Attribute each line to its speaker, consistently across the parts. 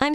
Speaker 1: I'm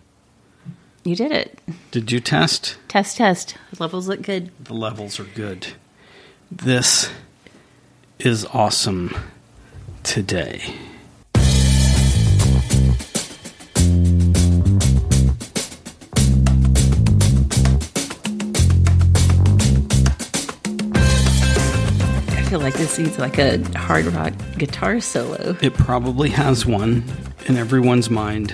Speaker 2: You did it.
Speaker 3: Did you test?
Speaker 2: Test, test. Levels look good.
Speaker 3: The levels are good. This is awesome today.
Speaker 2: I feel like this needs like a hard rock guitar solo.
Speaker 3: It probably has one in everyone's mind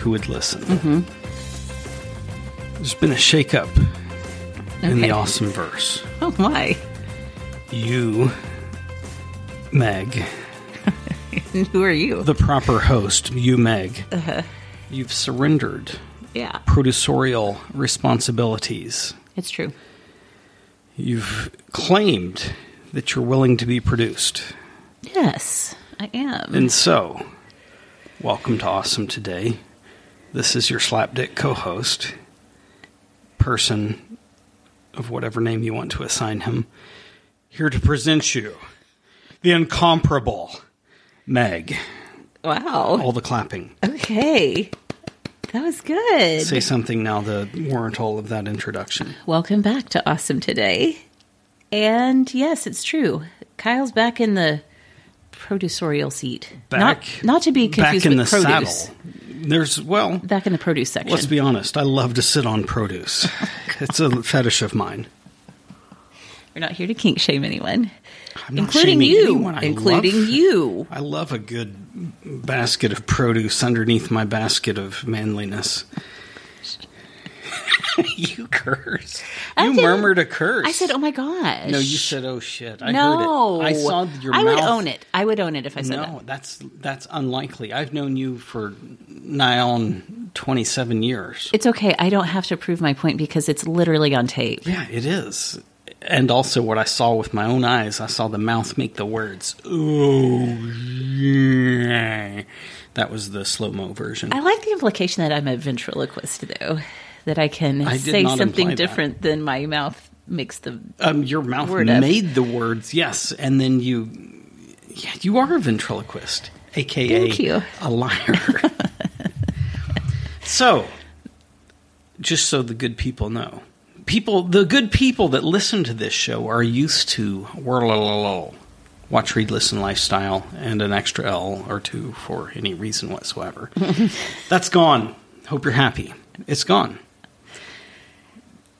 Speaker 3: who would listen. There's been a shakeup in the
Speaker 2: Okay.
Speaker 3: awesome verse.
Speaker 2: Oh my.
Speaker 3: You, Meg,
Speaker 2: Who are you?
Speaker 3: the proper host, you, Meg, you've surrendered
Speaker 2: Yeah.
Speaker 3: producerial responsibilities.
Speaker 2: It's true.
Speaker 3: You've claimed that you're willing to be produced.
Speaker 2: Yes, I am.
Speaker 3: And so, welcome to Awesome Today. This is your slapdick co host, person of whatever name you want to assign him, here to present you the incomparable Meg.
Speaker 2: wow.
Speaker 3: All the clapping.
Speaker 2: Okay. That was good.
Speaker 3: Say something now to warrant all of that introduction.
Speaker 2: Welcome back to Awesome Today. And yes, it's true. Kyle's back in the producerial seat.
Speaker 3: Back,
Speaker 2: not, not to be confused
Speaker 3: back in
Speaker 2: with
Speaker 3: the
Speaker 2: produce.
Speaker 3: saddle. There's well,
Speaker 2: Back in the produce section.
Speaker 3: let's be honest. I love to sit on produce. it's a fetish of mine.
Speaker 2: We're not here to kink shame anyone,
Speaker 3: I'm not
Speaker 2: including
Speaker 3: shaming
Speaker 2: you,
Speaker 3: anyone. I
Speaker 2: including
Speaker 3: love-
Speaker 2: you.
Speaker 3: I love a good basket of produce underneath my basket of manliness. you curse.
Speaker 2: I
Speaker 3: you
Speaker 2: didn't-
Speaker 3: murmured a curse.
Speaker 2: I said, "Oh my gosh!"
Speaker 3: No, you said, "Oh shit!" I
Speaker 2: no.
Speaker 3: heard it. I saw your
Speaker 2: I
Speaker 3: mouth.
Speaker 2: would own it. I would own it if I said
Speaker 3: No, that's that's unlikely. I've known you for nigh on twenty seven years.
Speaker 2: that. It's okay. I don't have to prove my point because it's literally on tape.
Speaker 3: yeah, it is. And also, what I saw with my own eyes, I saw the mouth make the words. Ooh, yeah. That was the slow mo version.
Speaker 2: I like the implication that I'm a ventriloquist, though, that I can
Speaker 3: I did
Speaker 2: say
Speaker 3: not imply
Speaker 2: something
Speaker 3: that.
Speaker 2: different than my mouth makes the.
Speaker 3: um, your mouth
Speaker 2: Word up.
Speaker 3: made the words, yes, and then you, yeah, you are a ventriloquist, aka
Speaker 2: Thank you.
Speaker 3: a liar. so, just so the good people know, people, the good people that listen to this show are used to whirlalolol, watch, read, listen, lifestyle, and an extra L or two for any reason whatsoever. That's gone. Hope you're happy. It's gone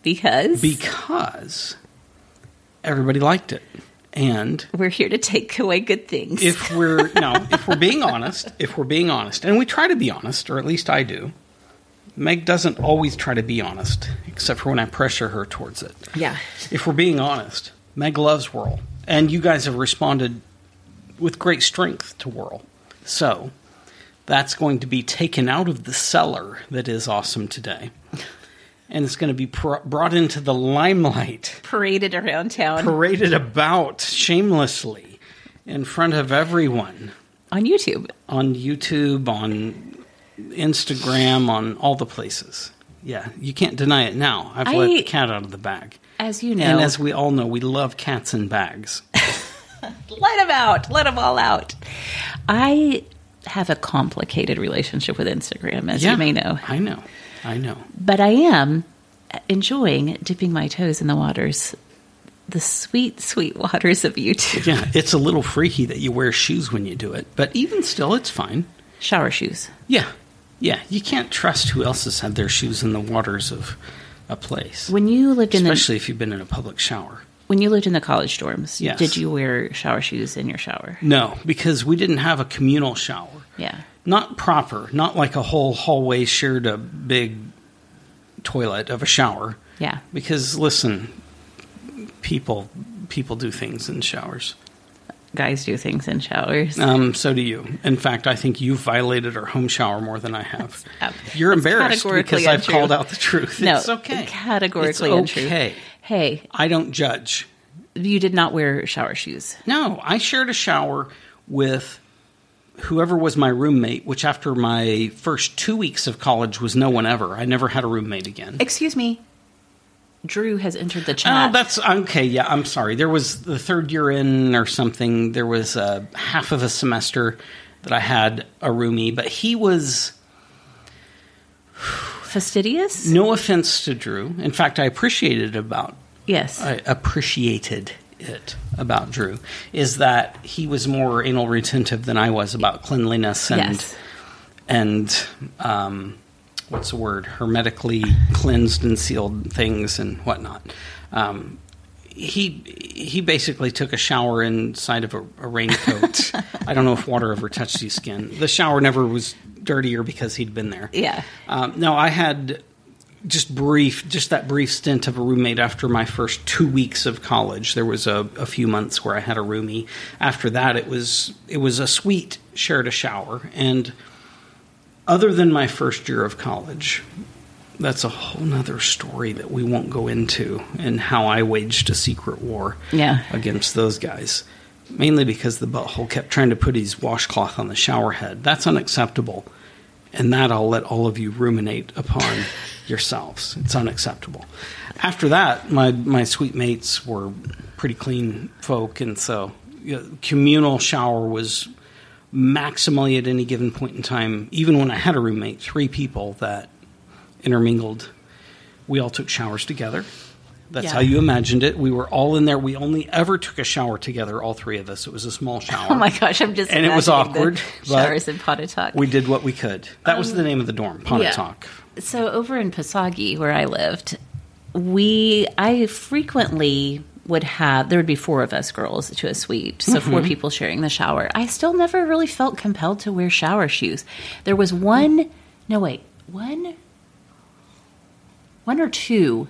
Speaker 2: Because
Speaker 3: because everybody liked it. And
Speaker 2: we're here to take away good things.
Speaker 3: if we're no, if we're being honest, if we're being honest, and we try to be honest, or at least I do. Meg doesn't always try to be honest, except for when I pressure her towards it.
Speaker 2: yeah.
Speaker 3: If we're being honest, Meg loves Whirl, and you guys have responded with great strength to Whirl. So that's going to be taken out of the cellar that is awesome today, and it's going to be pr- brought into the limelight
Speaker 2: Paraded around town.
Speaker 3: paraded about shamelessly in front of everyone
Speaker 2: on YouTube.
Speaker 3: on YouTube, on Instagram, on all the places. Yeah, you can't deny it now. I've let
Speaker 2: I-
Speaker 3: the cat out of the bag.
Speaker 2: As you know,
Speaker 3: And as we all know, we love cats in bags.
Speaker 2: let them out. Let them all out. I have a complicated relationship with Instagram, as you may know.
Speaker 3: I know. I know.
Speaker 2: But I am enjoying dipping my toes in the waters, the sweet, sweet waters of YouTube.
Speaker 3: Yeah, it's a little freaky that you wear shoes when you do it, but even still, it's fine.
Speaker 2: Shower shoes.
Speaker 3: Yeah, yeah. You can't trust who else has had their shoes in the waters of a place,
Speaker 2: When you lived in
Speaker 3: especially if you've been in a public shower.
Speaker 2: the when you lived in the college dorms,
Speaker 3: Yes.
Speaker 2: did you wear shower shoes in your shower?
Speaker 3: No, because we didn't have a communal shower.
Speaker 2: Yeah.
Speaker 3: Not proper, not like a whole hallway shared a big toilet of a shower.
Speaker 2: Yeah.
Speaker 3: Because listen, people people do things in showers.
Speaker 2: Guys do things in showers.
Speaker 3: Um, so do you. In fact, I think you've violated our home shower more than I have.
Speaker 2: ab-
Speaker 3: You're
Speaker 2: that's
Speaker 3: embarrassed
Speaker 2: categorically
Speaker 3: because I've
Speaker 2: untrue.
Speaker 3: called out the truth.
Speaker 2: no,
Speaker 3: it's okay.
Speaker 2: Categorically
Speaker 3: it's
Speaker 2: untrue.
Speaker 3: okay.
Speaker 2: Hey,
Speaker 3: I don't judge.
Speaker 2: you did not wear shower shoes.
Speaker 3: No, I shared a shower with whoever was my roommate, which after my first two weeks of college was no one ever. I never had a roommate again.
Speaker 2: Excuse me. Drew has entered the chat.
Speaker 3: Oh, that's okay. Yeah, I'm sorry. There was the third year in or something. There was a half of a semester that I had a roomie, but he was
Speaker 2: fastidious.
Speaker 3: no offense to Drew. In fact, I appreciated about
Speaker 2: Yes.
Speaker 3: I appreciated it about Drew is that he was more anal retentive than I was about cleanliness and
Speaker 2: Yes.
Speaker 3: and um, what's the word hermetically cleansed and sealed things and whatnot. Um, he he basically took a shower inside of a, a raincoat. I don't know if water ever touched his skin. The shower never was dirtier because he'd been there.
Speaker 2: Yeah.
Speaker 3: Um, no, I had just brief, just that brief stint of a roommate after my first two weeks of college. There was a, a few months where I had a roomie. After that, it was it was a suite shared a shower, and other than my first year of college, that's a whole nother story that we won't go into, and how I waged a secret war
Speaker 2: Yeah.
Speaker 3: against those guys. Mainly because the butthole kept trying to put his washcloth on the shower head. That's unacceptable. And that I'll let all of you ruminate upon yourselves. It's unacceptable. After that, my, my sweet mates were pretty clean folk. And so you know, communal shower was maximally at any given point in time, even when I had a roommate, three people that intermingled. We all took showers together. That's
Speaker 2: Yeah.
Speaker 3: how you imagined it. We were all in there. We only ever took a shower together, all three of us. It was a small shower.
Speaker 2: Oh my gosh, I'm just
Speaker 3: And it was
Speaker 2: imagining the
Speaker 3: awkward, but
Speaker 2: Showers in Um, Pontotoc.
Speaker 3: We did what we could. That was the name of the dorm, Pontotoc.
Speaker 2: So over in Pisagi, where I lived, we I frequently would have there would be four of us girls to a suite, so
Speaker 3: Mm-hmm.
Speaker 2: four people sharing the shower. I still never really felt compelled to wear shower shoes. There was one, no wait, one, one or two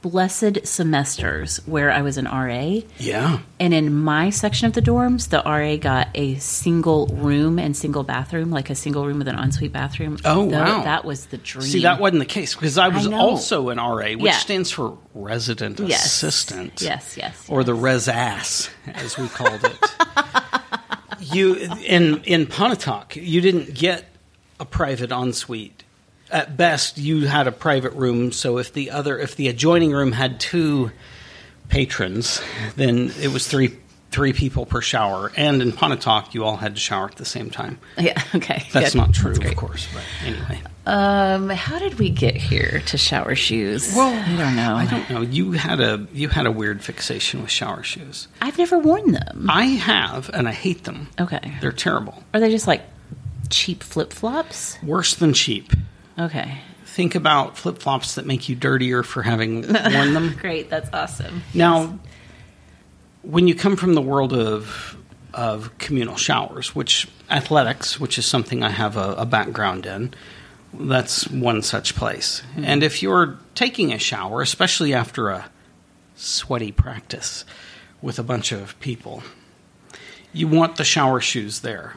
Speaker 2: blessed semesters where I was an RA.
Speaker 3: Yeah.
Speaker 2: And in my section of the dorms, the RA got a single room and single bathroom, like a single room with an ensuite bathroom.
Speaker 3: Oh,
Speaker 2: Tho-
Speaker 3: wow.
Speaker 2: That was the dream.
Speaker 3: See, that wasn't the case because I was
Speaker 2: know.
Speaker 3: also an RA, which
Speaker 2: Yeah.
Speaker 3: stands for resident
Speaker 2: Yes.
Speaker 3: assistant.
Speaker 2: Yes, yes.
Speaker 3: or the res ass, as we called it. you in in Pontotoc, you didn't get a private ensuite. At best, you had a private room. So if the other, if the adjoining room had two patrons, then it was three three people per shower. And in Pontotoc, you all had to shower at the same time.
Speaker 2: Yeah, okay.
Speaker 3: That's
Speaker 2: good.
Speaker 3: not true, of
Speaker 2: great.
Speaker 3: course. But anyway,
Speaker 2: Um, how did we get here to shower shoes? I don't know.
Speaker 3: I don't know. You had a you had a weird fixation with shower shoes.
Speaker 2: I've never worn them.
Speaker 3: I have, and I hate them.
Speaker 2: Okay.
Speaker 3: They're terrible.
Speaker 2: Are they just like cheap flip flops?
Speaker 3: Worse than cheap.
Speaker 2: Okay.
Speaker 3: Think about flip flops that make you dirtier for having worn them.
Speaker 2: Great. That's awesome.
Speaker 3: Now, when you come from the world of of communal showers, which athletics, which is something I have a, a background in, that's one such place. And if you're taking a shower, especially after a sweaty practice with a bunch of people, you want the shower shoes there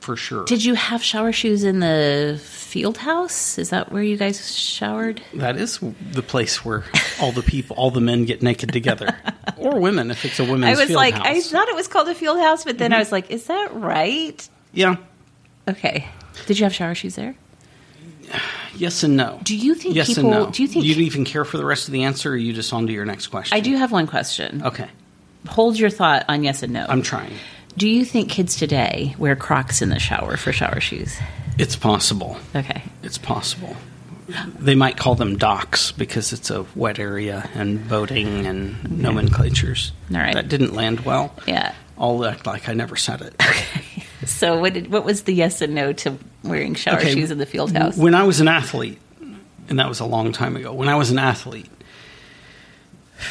Speaker 3: for sure.
Speaker 2: Did you have shower shoes in the field house? Is that where you guys showered?
Speaker 3: that is the place where all the people, all the men get naked together, or women if it's a women's.
Speaker 2: I was
Speaker 3: field
Speaker 2: like,
Speaker 3: house. Mm-hmm.
Speaker 2: I thought it was called a field house, but then I was like, is that right?
Speaker 3: yeah,
Speaker 2: Okay. Did you have shower shoes there?
Speaker 3: yes and no.
Speaker 2: Do you think
Speaker 3: yes
Speaker 2: people?
Speaker 3: and no?
Speaker 2: Do you think?
Speaker 3: you even care for the rest of the answer? Or are you just on to your next question?
Speaker 2: I do have one question.
Speaker 3: Okay,
Speaker 2: Hold your thought on yes and no.
Speaker 3: I'm trying.
Speaker 2: do you think kids today wear Crocs in the shower for shower shoes?
Speaker 3: It's possible.
Speaker 2: Okay.
Speaker 3: It's possible. They might call them docks because it's a wet area and boating and nomenclatures.
Speaker 2: All right.
Speaker 3: That didn't land well.
Speaker 2: Yeah.
Speaker 3: I'll act like I never said it.
Speaker 2: So what did what was the yes and no to wearing shower
Speaker 3: Okay,
Speaker 2: shoes in the field house?
Speaker 3: When I was an athlete, and that was a long time ago, when I was an athlete,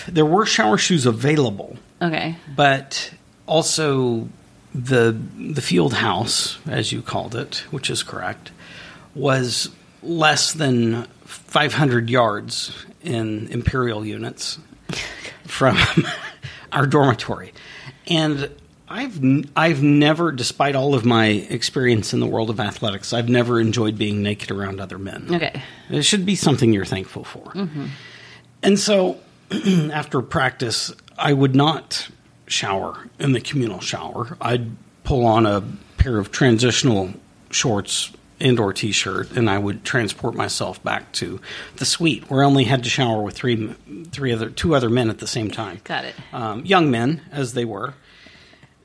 Speaker 3: there were shower shoes available,
Speaker 2: okay.
Speaker 3: but also the the field house, as you called it, which is correct, was less than 500 yards in imperial units from our dormitory, and I've n- I've never, despite all of my experience in the world of athletics, I've never enjoyed being naked around other men.
Speaker 2: Okay.
Speaker 3: it should be something you're thankful for.
Speaker 2: Mm-hmm.
Speaker 3: And so, after practice, I would not shower in the communal shower. I'd pull on a pair of transitional shorts indoor t-shirt and I would transport myself back to the suite where I only had to shower with three m- three other two other men at the same time
Speaker 2: Got it.
Speaker 3: um, young men as they were.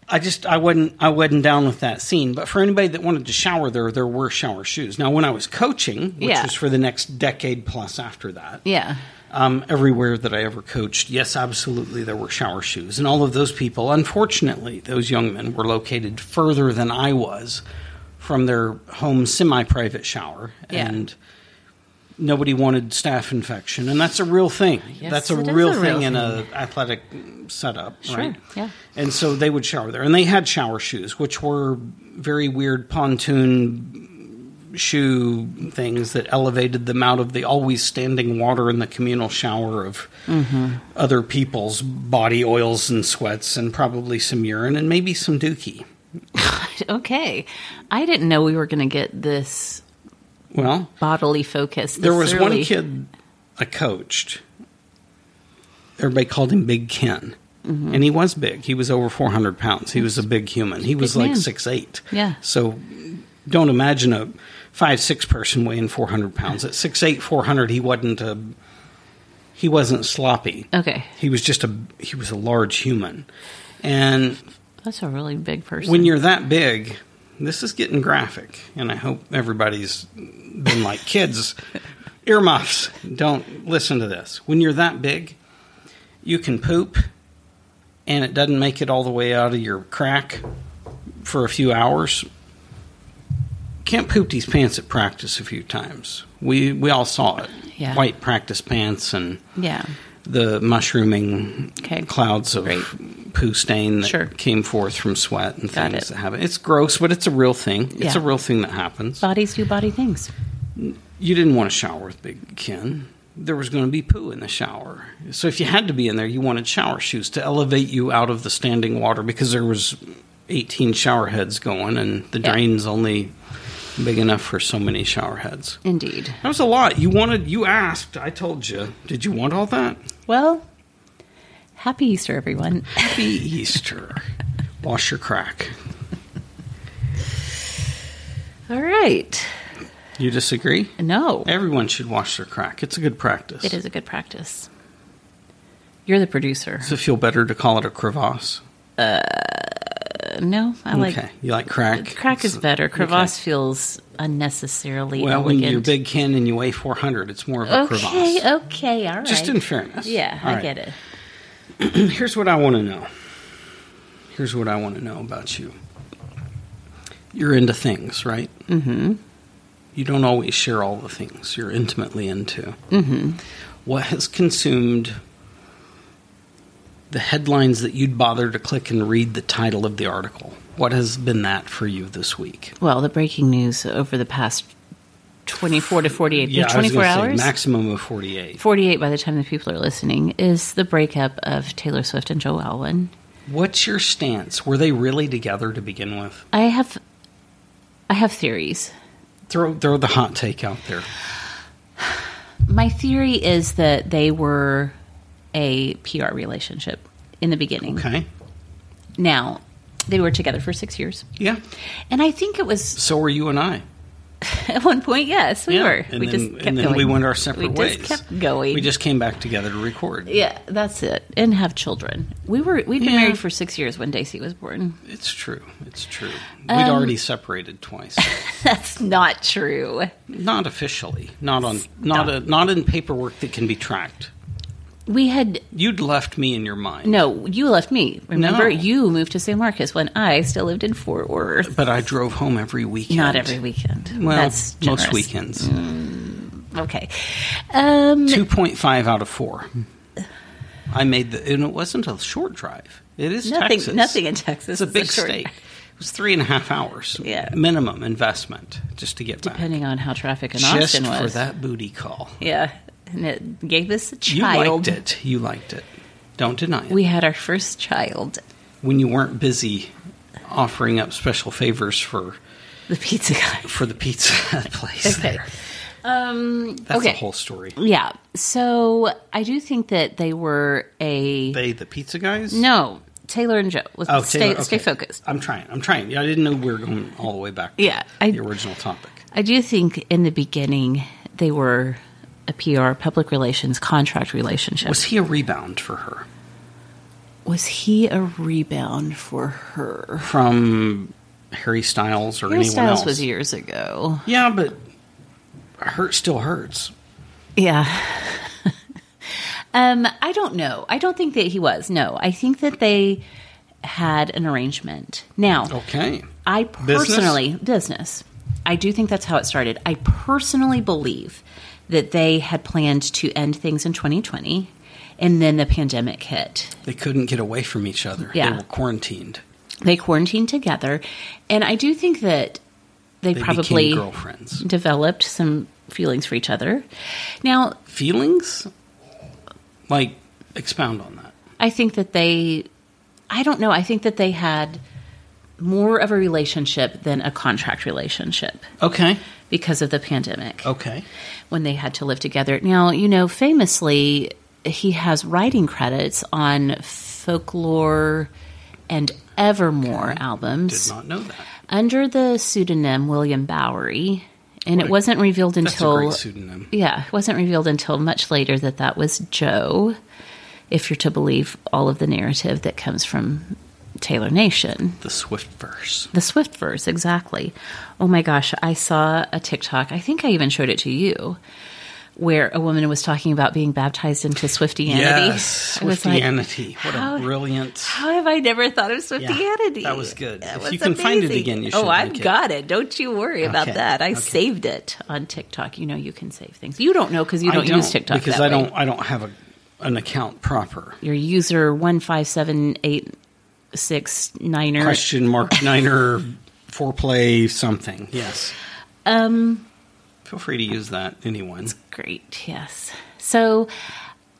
Speaker 3: I just I wasn't I wasn't down with that scene. But for anybody that wanted to shower there, there were shower shoes. Now, when I was coaching, which
Speaker 2: Yeah.
Speaker 3: was for the next decade plus after that,
Speaker 2: Yeah.
Speaker 3: um, everywhere that I ever coached, yes, absolutely, there were shower shoes, and all of those people, unfortunately, those young men were located further than I was from their home semi-private shower,
Speaker 2: Yeah.
Speaker 3: and nobody wanted staph infection, and that's a real thing.
Speaker 2: Yes,
Speaker 3: that's a
Speaker 2: it is
Speaker 3: real
Speaker 2: a
Speaker 3: thing
Speaker 2: real
Speaker 3: in
Speaker 2: thing.
Speaker 3: a athletic setup,
Speaker 2: Sure,
Speaker 3: right?
Speaker 2: yeah.
Speaker 3: And so they would shower there, and they had shower shoes, which were very weird pontoon shoe things that elevated them out of the always standing water in the communal shower of
Speaker 2: Mm-hmm.
Speaker 3: other people's body oils and sweats and probably some urine and maybe some dookie.
Speaker 2: Okay. I didn't know we were going to get this
Speaker 3: Well,
Speaker 2: bodily focus. This
Speaker 3: there was one
Speaker 2: early.
Speaker 3: kid I coached. Everybody called him Big Ken.
Speaker 2: Mm-hmm.
Speaker 3: And he was big. He was over 400 pounds. He was a big human. He was
Speaker 2: Big
Speaker 3: like
Speaker 2: man.
Speaker 3: six eight.
Speaker 2: Yeah.
Speaker 3: So don't imagine a five six person weighing 400 pounds. At six eight, 400, he wasn't a he wasn't sloppy.
Speaker 2: Okay.
Speaker 3: He was just a he was a large human. And
Speaker 2: That's a really big person.
Speaker 3: when you're that big, this is getting graphic, and I hope everybody's been like kids. Earmuffs, don't listen to this. When you're that big, you can poop, and it doesn't make it all the way out of your crack for a few hours. Kent pooped his pants at practice a few times. We we all saw it.
Speaker 2: Yeah.
Speaker 3: White practice pants and
Speaker 2: yeah.
Speaker 3: the mushrooming
Speaker 2: Okay.
Speaker 3: clouds of
Speaker 2: Great.
Speaker 3: poo stain that
Speaker 2: Sure.
Speaker 3: came forth from sweat and
Speaker 2: Got
Speaker 3: things
Speaker 2: it.
Speaker 3: that happen. It's gross, but it's a real thing. It's
Speaker 2: Yeah.
Speaker 3: a real thing that happens.
Speaker 2: Bodies do body things.
Speaker 3: You didn't want to shower with Big Ken. There was going to be poo in the shower. So if you had to be in there, you wanted shower shoes to elevate you out of the standing water because there was 18 shower heads going and the
Speaker 2: Yeah.
Speaker 3: drain's only big enough for so many shower heads.
Speaker 2: Indeed.
Speaker 3: That was a lot. You wanted you asked, I told you. Did you want all that?
Speaker 2: Well, happy Easter, everyone.
Speaker 3: Happy Easter. Wash your crack.
Speaker 2: All right.
Speaker 3: You disagree?
Speaker 2: No,
Speaker 3: Everyone should wash their crack. It's a good practice.
Speaker 2: it is a good practice. You're the producer.
Speaker 3: Does it feel better to call it a crevasse?
Speaker 2: No, I like
Speaker 3: okay. You like crack?
Speaker 2: crack is
Speaker 3: It's-
Speaker 2: better.
Speaker 3: okay.
Speaker 2: Crevasse feels unnecessarily
Speaker 3: Well, when
Speaker 2: elegant.
Speaker 3: you're big Ken and you weigh 400, it's more of a crevasse.
Speaker 2: okay, okay, all right.
Speaker 3: Just in fairness.
Speaker 2: yeah,
Speaker 3: All
Speaker 2: I
Speaker 3: right.
Speaker 2: get it.
Speaker 3: Here's what I want to know. Here's what I want to know about you. You're into things, right? Mm-hmm. You don't always share all the things you're intimately into. Mm-hmm. What has consumed the headlines that you'd bother to click and read the title of the article? What has been that for you this week?
Speaker 2: Well, the breaking news over the past 24 to 48, 24
Speaker 3: I was gonna
Speaker 2: hours?
Speaker 3: Say maximum of 48.
Speaker 2: 48 by the time the people are listening is the breakup of Taylor Swift and Joe Alwyn.
Speaker 3: What's your stance? Were they really together to begin with?
Speaker 2: I have I have theories.
Speaker 3: Throw throw the hot take out there.
Speaker 2: My theory is that they were a PR relationship in the beginning.
Speaker 3: Okay.
Speaker 2: Now, they were together for six years.
Speaker 3: Yeah.
Speaker 2: And I think it was
Speaker 3: So are you and I.
Speaker 2: at one point, yes, we
Speaker 3: Yeah.
Speaker 2: were.
Speaker 3: And
Speaker 2: we
Speaker 3: then,
Speaker 2: just kept
Speaker 3: and then
Speaker 2: going.
Speaker 3: we went our separate
Speaker 2: we
Speaker 3: ways.
Speaker 2: just kept going.
Speaker 3: We just came back together to record.
Speaker 2: yeah, that's it, and have children. We were we'd been
Speaker 3: Yeah.
Speaker 2: married for six years when Daisy was born.
Speaker 3: It's true. It's true.
Speaker 2: Um,
Speaker 3: We'd already separated twice.
Speaker 2: That's not true.
Speaker 3: not officially. Not on not a, not in paperwork that can be tracked.
Speaker 2: We had
Speaker 3: You'd left me in your mind.
Speaker 2: no. You left me. Remember,
Speaker 3: No.
Speaker 2: you moved to San Marcos when I still lived in Fort Worth.
Speaker 3: But I drove home every weekend.
Speaker 2: Not every weekend.
Speaker 3: Well,
Speaker 2: that's generous.
Speaker 3: most weekends.
Speaker 2: Okay. Um,
Speaker 3: Two point five out of four. I made the, and it wasn't a short drive. It is
Speaker 2: Nothing-
Speaker 3: Texas.
Speaker 2: nothing in
Speaker 3: It's
Speaker 2: Texas
Speaker 3: a
Speaker 2: is a
Speaker 3: big
Speaker 2: short
Speaker 3: state.
Speaker 2: drive.
Speaker 3: It was three and a half hours
Speaker 2: Yeah.
Speaker 3: minimum investment just to get
Speaker 2: depending
Speaker 3: back.
Speaker 2: on how traffic in
Speaker 3: just
Speaker 2: Austin was.
Speaker 3: for that booty call.
Speaker 2: Yeah, and it gave us a
Speaker 3: You
Speaker 2: child.
Speaker 3: liked it. You liked it. Don't deny it.
Speaker 2: We had our first child,
Speaker 3: when you weren't busy offering up special favors for
Speaker 2: the pizza guy.
Speaker 3: for the pizza place
Speaker 2: Okay.
Speaker 3: there.
Speaker 2: Um,
Speaker 3: That's
Speaker 2: okay.
Speaker 3: the whole story.
Speaker 2: Yeah. So I do think that they were a
Speaker 3: They the pizza guys?
Speaker 2: no Taylor and Joe. Let's
Speaker 3: Oh,
Speaker 2: stay
Speaker 3: Taylor, okay.
Speaker 2: stay focused.
Speaker 3: I'm trying. I'm trying. Yeah, I didn't know we were going all the way back. to
Speaker 2: Yeah, I-
Speaker 3: the original topic.
Speaker 2: I do think in the beginning they were a PR public relations contract relationship.
Speaker 3: Was he a rebound for her
Speaker 2: Was he a rebound for her?
Speaker 3: from Harry Styles or
Speaker 2: Harry
Speaker 3: anyone
Speaker 2: Styles
Speaker 3: else?
Speaker 2: was years ago.
Speaker 3: Yeah, but hurt still hurts.
Speaker 2: Yeah. um, I don't know. I don't think that he was. No, I think that they had an arrangement. Now,
Speaker 3: Okay.
Speaker 2: I
Speaker 3: Business?
Speaker 2: personally business? I do think that's how it started. I personally believe that they had planned to end things in 2020 and then the pandemic hit.
Speaker 3: They couldn't get away from each other. They
Speaker 2: Yeah.
Speaker 3: were quarantined.
Speaker 2: They quarantined together and I do think that they,
Speaker 3: They
Speaker 2: probably
Speaker 3: became girlfriends.
Speaker 2: developed some feelings for each other. Now,
Speaker 3: Feelings? Like expound on that.
Speaker 2: I think that they, I don't know, I think that they had more of a relationship than a contract relationship
Speaker 3: Okay.
Speaker 2: because of the pandemic
Speaker 3: Okay.
Speaker 2: when they had to live together. Now, you know, famously, he has writing credits on folklore and evermore
Speaker 3: Did
Speaker 2: albums
Speaker 3: not know that.
Speaker 2: under the pseudonym William Bowery. And it wasn't revealed
Speaker 3: That's a
Speaker 2: until
Speaker 3: great pseudonym.
Speaker 2: yeah, it wasn't revealed until much later that that was Joe, if you're to believe all of the narrative that comes from Taylor Nation.
Speaker 3: The Swift Verse.
Speaker 2: The Swiftverse, exactly. Oh my gosh, I saw a TikTok, I think I even showed it to you, where a woman was talking about being baptized into Swiftianity.
Speaker 3: Yes,
Speaker 2: I was like,
Speaker 3: Swiftianity. what
Speaker 2: how-
Speaker 3: a brilliant.
Speaker 2: How have I never thought of Swiftianity?
Speaker 3: that was good. If
Speaker 2: was
Speaker 3: you can find it again, you should
Speaker 2: Oh, I've
Speaker 3: link it.
Speaker 2: got it. Don't you worry about
Speaker 3: Okay,
Speaker 2: that. I
Speaker 3: okay.
Speaker 2: saved it on TikTok. You know, you can save things. You don't know because you
Speaker 3: I
Speaker 2: don't, use TikTok
Speaker 3: because
Speaker 2: that
Speaker 3: I don't.
Speaker 2: way.
Speaker 3: I don't have a, an account proper.
Speaker 2: Your user one five seven eight six er niner.
Speaker 3: Question mark niner foreplay something. Yes.
Speaker 2: Um,
Speaker 3: Feel free to use that. Anyone?
Speaker 2: great. Yes. So,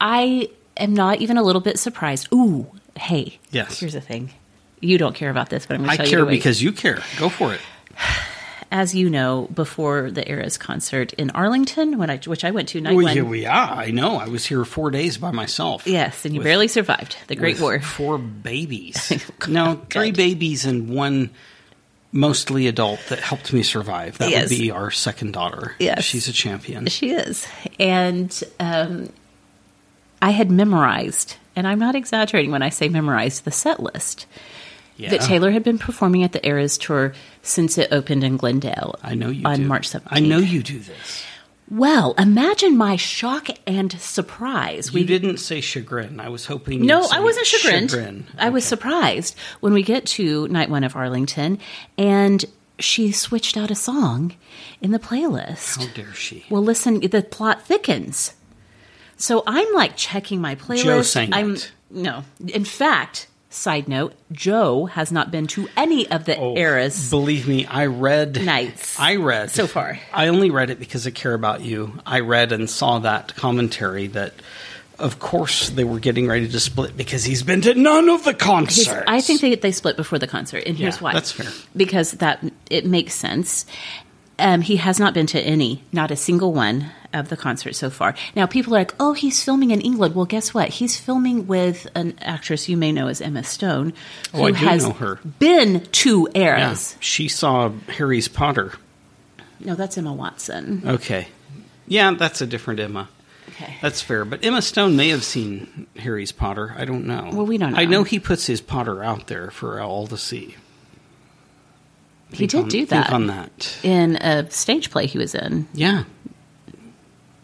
Speaker 2: I am not even a little bit surprised. Ooh, hey.
Speaker 3: Yes.
Speaker 2: Here's the thing. You don't care about this, but I'm going
Speaker 3: I
Speaker 2: to tell you.
Speaker 3: care
Speaker 2: anyway.
Speaker 3: because you care. Go for it.
Speaker 2: as you know, before the Eras concert in Arlington, when I which I went to night
Speaker 3: Well,
Speaker 2: one.
Speaker 3: here we are. I know. I was here four days by myself.
Speaker 2: Yes, and you
Speaker 3: With-
Speaker 2: barely survived the Great
Speaker 3: with
Speaker 2: War.
Speaker 3: Four babies. no, three
Speaker 2: Oh, God.
Speaker 3: babies and one mostly adult that helped me survive. That
Speaker 2: Yes.
Speaker 3: would be our second daughter.
Speaker 2: Yes.
Speaker 3: She's a champion.
Speaker 2: She is, and um, I had memorized, and I'm not exaggerating when I say memorized the set list
Speaker 3: yeah.
Speaker 2: that Taylor had been performing at the Eras tour since it opened in Glendale.
Speaker 3: I know you
Speaker 2: on
Speaker 3: do.
Speaker 2: March 17th.
Speaker 3: I know you do this.
Speaker 2: Well, imagine my shock and surprise.
Speaker 3: You didn't say chagrin. I was hoping. you'd
Speaker 2: No,
Speaker 3: say
Speaker 2: I wasn't chagrined.
Speaker 3: chagrin.
Speaker 2: I was
Speaker 3: Okay.
Speaker 2: surprised when we get to night one of Arlington and she switched out a song in the playlist.
Speaker 3: How dare she?
Speaker 2: Well, listen, the plot thickens. So I'm like checking my playlist.
Speaker 3: Joe sang
Speaker 2: I'm
Speaker 3: it.
Speaker 2: no. In fact, side note, Joe has not been to any of the eras.
Speaker 3: Believe me, I read
Speaker 2: Nights.
Speaker 3: Oh, I read
Speaker 2: So far.
Speaker 3: I only read it because I care about you. I read and saw that commentary that Of course, they were getting ready to split because he's been to none of the
Speaker 2: He's-
Speaker 3: concerts.
Speaker 2: I think they they split before the concert, and here's
Speaker 3: Yeah,
Speaker 2: why.
Speaker 3: that's fair.
Speaker 2: Because that it makes sense. Um, he has not been to any, not a single one of the concerts so far. Now people are like, "Oh, he's filming in England." Well, guess what? He's filming with an actress you may know as Emma Stone,
Speaker 3: Oh,
Speaker 2: who
Speaker 3: I do
Speaker 2: has
Speaker 3: know her.
Speaker 2: been to
Speaker 3: Yeah.
Speaker 2: eras.
Speaker 3: She saw Harry's Potter.
Speaker 2: No, that's Emma Watson.
Speaker 3: Okay. Yeah, that's a different Emma.
Speaker 2: Okay.
Speaker 3: That's fair. But Emma Stone may have seen Harry's Potter. I don't know.
Speaker 2: Well, we don't
Speaker 3: I
Speaker 2: know.
Speaker 3: know he puts his Potter out there for all to see.
Speaker 2: he
Speaker 3: Think
Speaker 2: did
Speaker 3: on-
Speaker 2: do
Speaker 3: think
Speaker 2: that
Speaker 3: on that.
Speaker 2: in a stage play he was in.
Speaker 3: Yeah.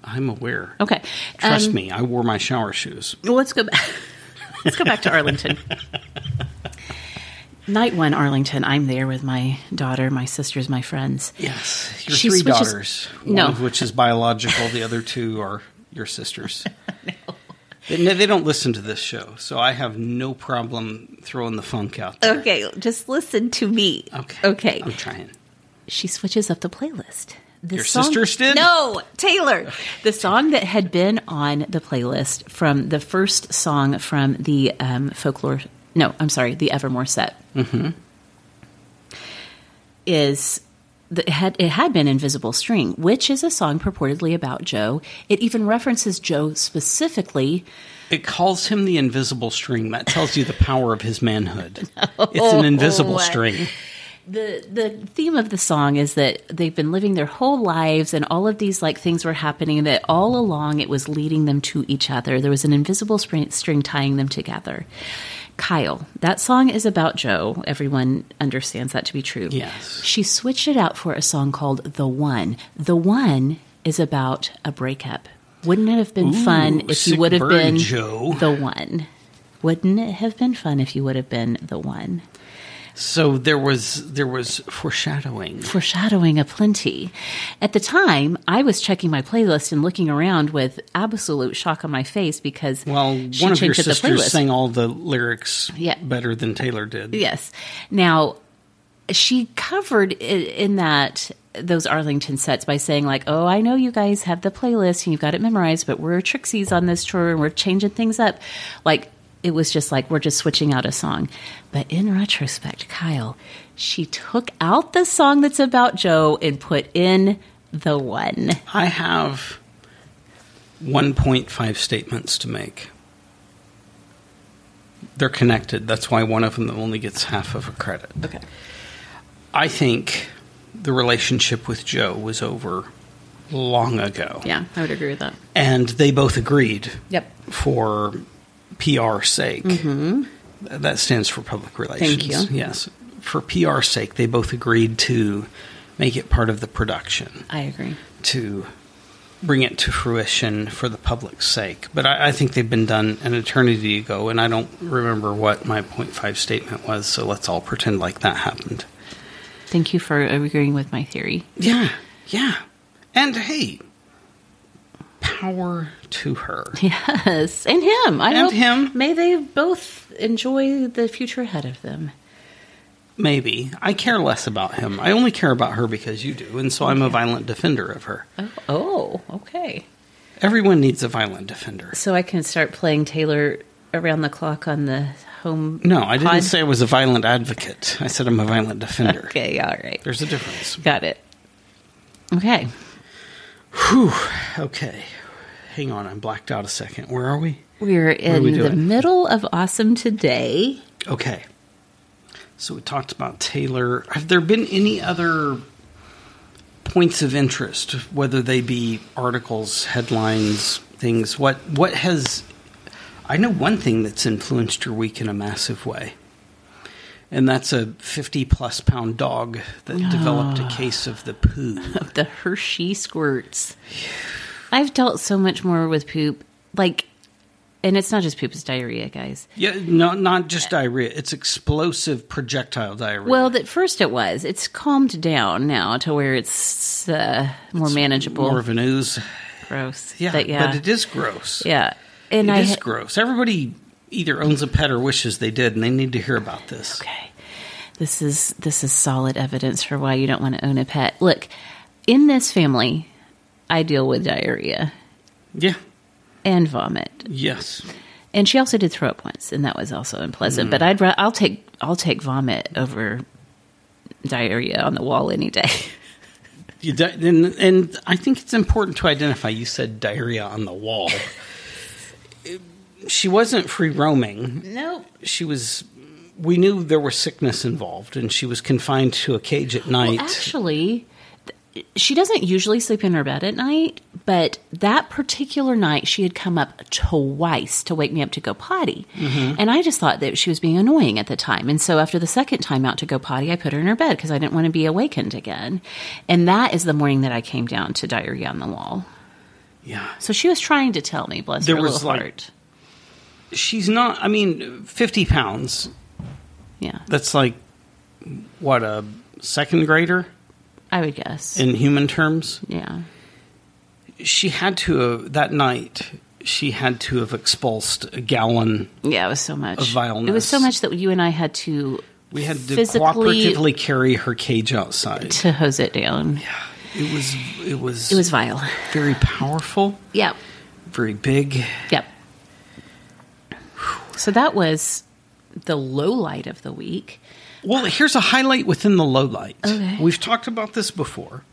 Speaker 3: I'm aware.
Speaker 2: Okay,
Speaker 3: Trust
Speaker 2: Um,
Speaker 3: me, I wore my shower shoes.
Speaker 2: Well, let's go back. let's go back to Arlington. Night one, Arlington. I'm there with my daughter, my sisters, my friends.
Speaker 3: Yes. Your
Speaker 2: She
Speaker 3: three
Speaker 2: switches-
Speaker 3: daughters, one
Speaker 2: No.
Speaker 3: of which is biological, the other two are your sisters. They, no, they don't listen to this show, so I have no problem throwing the funk out there.
Speaker 2: Okay, just listen to me. Okay.
Speaker 3: I'm trying.
Speaker 2: She switches up the playlist. The
Speaker 3: Your sisters did?
Speaker 2: No, Taylor. The song that had been on the playlist from the first song from the um, folklore. No, I'm sorry, the Evermore set. Mm-hmm. Is the, it had it had been Invisible String, which is a song purportedly about Joe. It even references Joe specifically.
Speaker 3: It calls him the invisible string. That tells you the power of his manhood. It's an invisible
Speaker 2: Oh,
Speaker 3: string.
Speaker 2: the the theme of the song is that they've been living their whole lives and all of these like things were happening that all along it was leading them to each other there was an invisible spring, string tying them together kyle that song is about joe everyone understands that to be true
Speaker 3: Yes.
Speaker 2: she switched it out for a song called the one the one is about a breakup wouldn't it have been fun if you
Speaker 3: sick
Speaker 2: would have
Speaker 3: burn,
Speaker 2: been
Speaker 3: Joe.
Speaker 2: the one wouldn't it have been fun if you would have been the one
Speaker 3: So there was there was foreshadowing.
Speaker 2: foreshadowing aplenty. At the time, I was checking my playlist and looking around with absolute shock on my face because
Speaker 3: Well,
Speaker 2: she
Speaker 3: one of your
Speaker 2: changed up the
Speaker 3: sisters
Speaker 2: playlist.
Speaker 3: sang all the lyrics
Speaker 2: Yeah.
Speaker 3: better than Taylor did.
Speaker 2: Yes. Now, she covered i- in that those Arlington sets by saying like, "Oh, I know you guys have the playlist and you've got it memorized, but we're Trixie's on this tour and we're changing things up." Like it was just like we're just switching out a song. But in retrospect, Kyle, she took out the song that's about Joe and put in the one.
Speaker 3: I have 1.5 statements to make. They're connected. That's why one of them only gets half of a credit.
Speaker 2: Okay.
Speaker 3: I think the relationship with Joe was over long ago.
Speaker 2: Yeah, I would agree with that.
Speaker 3: And they both agreed
Speaker 2: Yep.
Speaker 3: for PR sake. Th- That stands for public relations.
Speaker 2: Thank you.
Speaker 3: Yes. For PR sake, they both agreed to make it part of the production,
Speaker 2: I agree.
Speaker 3: to bring it to fruition for the public's sake. But I, I think they've been done an eternity ago, and I don't remember what my point five statement was, so let's all pretend like that happened.
Speaker 2: Thank you for agreeing with my theory.
Speaker 3: Yeah, yeah. And hey, power to her.
Speaker 2: Yes, and him. I
Speaker 3: And
Speaker 2: hope-
Speaker 3: him.
Speaker 2: May they both enjoy the future ahead of them.
Speaker 3: Maybe. I care less about him. I only care about her because you do, and so I'm a violent defender of her.
Speaker 2: Oh, oh, okay.
Speaker 3: Everyone needs a violent defender.
Speaker 2: So I can start playing Taylor around the clock on the home.
Speaker 3: No, I didn't
Speaker 2: pod?
Speaker 3: say I was a violent advocate. I said I'm a violent defender.
Speaker 2: Okay, all right.
Speaker 3: There's a difference.
Speaker 2: Got it. Okay.
Speaker 3: Okay. Hang on, I'm blacked out a second. Where are we?
Speaker 2: We're
Speaker 3: are
Speaker 2: in
Speaker 3: we
Speaker 2: the
Speaker 3: doing?
Speaker 2: middle of awesome today.
Speaker 3: Okay. So we talked about Taylor. Have there been any other points of interest, whether they be articles, headlines, things? What what has I know one thing that's influenced your week in a massive way. And that's a 50 plus pound dog that
Speaker 2: Ah.
Speaker 3: developed a case of the poo.
Speaker 2: The Hershey squirts. I've dealt so much more with poop. Like, and it's not just poop, it's diarrhea, guys.
Speaker 3: Yeah, no, not just diarrhea. It's explosive projectile diarrhea.
Speaker 2: Well, at first it was. It's calmed down now to where it's uh, more manageable.
Speaker 3: more of an ooze.
Speaker 2: gross.
Speaker 3: Yeah,
Speaker 2: but, yeah,
Speaker 3: but it is gross.
Speaker 2: yeah. And
Speaker 3: It
Speaker 2: I
Speaker 3: is gross. Everybody either owns a pet or wishes they did, and they need to hear about this.
Speaker 2: okay, this is this is solid evidence for why you don't want to own a pet. Look, in this family, I deal with diarrhea,
Speaker 3: Yeah.
Speaker 2: and vomit.
Speaker 3: Yes.
Speaker 2: And she also did throw up once, and that was also
Speaker 3: Mm.
Speaker 2: unpleasant. But I'd ra- I'll take I'll take vomit over diarrhea on the wall any day.
Speaker 3: You di- and, and I think it's important to identify. You said diarrhea on the wall. she wasn't free roaming.
Speaker 2: nope.
Speaker 3: She was. We knew there was sickness involved, and she was confined to a cage at night.
Speaker 2: Well, actually, th- she doesn't usually sleep in her bed at night, but that particular night she had come up twice to wake me up to go potty.
Speaker 3: Mm-hmm.
Speaker 2: And I just thought that she was being annoying at the time. And so after the second time out to go potty, I put her in her bed because I didn't want to be awakened again. And that is the morning that I came down to diarrhea on the wall.
Speaker 3: yeah,
Speaker 2: So she was trying to tell me, bless
Speaker 3: There
Speaker 2: her
Speaker 3: was,
Speaker 2: little
Speaker 3: like-
Speaker 2: heart.
Speaker 3: she's not. I mean, fifty pounds.
Speaker 2: Yeah,
Speaker 3: That's like what a second grader
Speaker 2: I would guess.
Speaker 3: in human terms.
Speaker 2: yeah.
Speaker 3: She had to have, that night. She had to have expulsed a gallon.
Speaker 2: Yeah, it was so much.
Speaker 3: Of vileness.
Speaker 2: It was so much that you and I had to
Speaker 3: We had to
Speaker 2: physically
Speaker 3: cooperatively carry her cage outside.
Speaker 2: to hose it down.
Speaker 3: It was it was
Speaker 2: It was vile.
Speaker 3: very powerful,
Speaker 2: Yep.
Speaker 3: very big.
Speaker 2: Yep. So that was the low light of the week.
Speaker 3: Well, here's a highlight within the low light.
Speaker 2: Okay.
Speaker 3: We've talked about this before.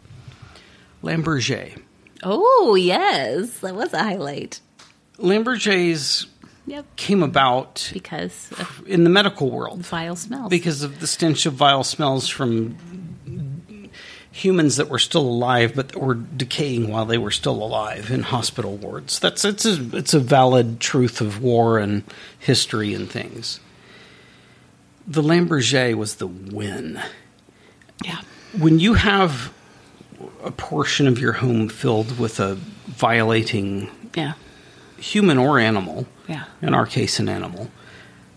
Speaker 3: Lamberger.
Speaker 2: Oh, yes. That was a highlight.
Speaker 3: Lamberger's
Speaker 2: Yep.
Speaker 3: came about
Speaker 2: Because of
Speaker 3: in the medical world
Speaker 2: vile smells.
Speaker 3: because of the stench of vile smells from humans that were still alive but that were decaying while they were still alive in hospital wards. That's it's a, it's a valid truth of war and history and things. The Lamberger was the win.
Speaker 2: yeah.
Speaker 3: When you have a portion of your home filled with a violating
Speaker 2: Yeah.
Speaker 3: human or animal,
Speaker 2: Yeah.
Speaker 3: in our case, an animal,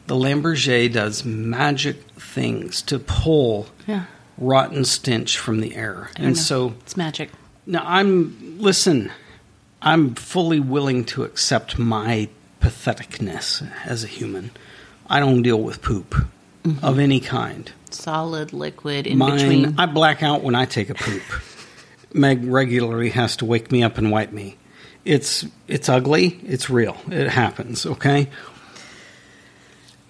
Speaker 3: the Lamberger does magic things to pull
Speaker 2: Yeah.
Speaker 3: rotten stench from the air.
Speaker 2: I don't
Speaker 3: And
Speaker 2: know.
Speaker 3: so
Speaker 2: it's magic.
Speaker 3: now I'm, listen, I'm fully willing to accept my patheticness as a human. I don't deal with poop of any kind.
Speaker 2: Solid liquid Mm-hmm. in
Speaker 3: Mine,
Speaker 2: between.
Speaker 3: I black out when I take a poop. Meg regularly has to wake me up and wipe me. It's it's ugly. It's real. It happens. Okay.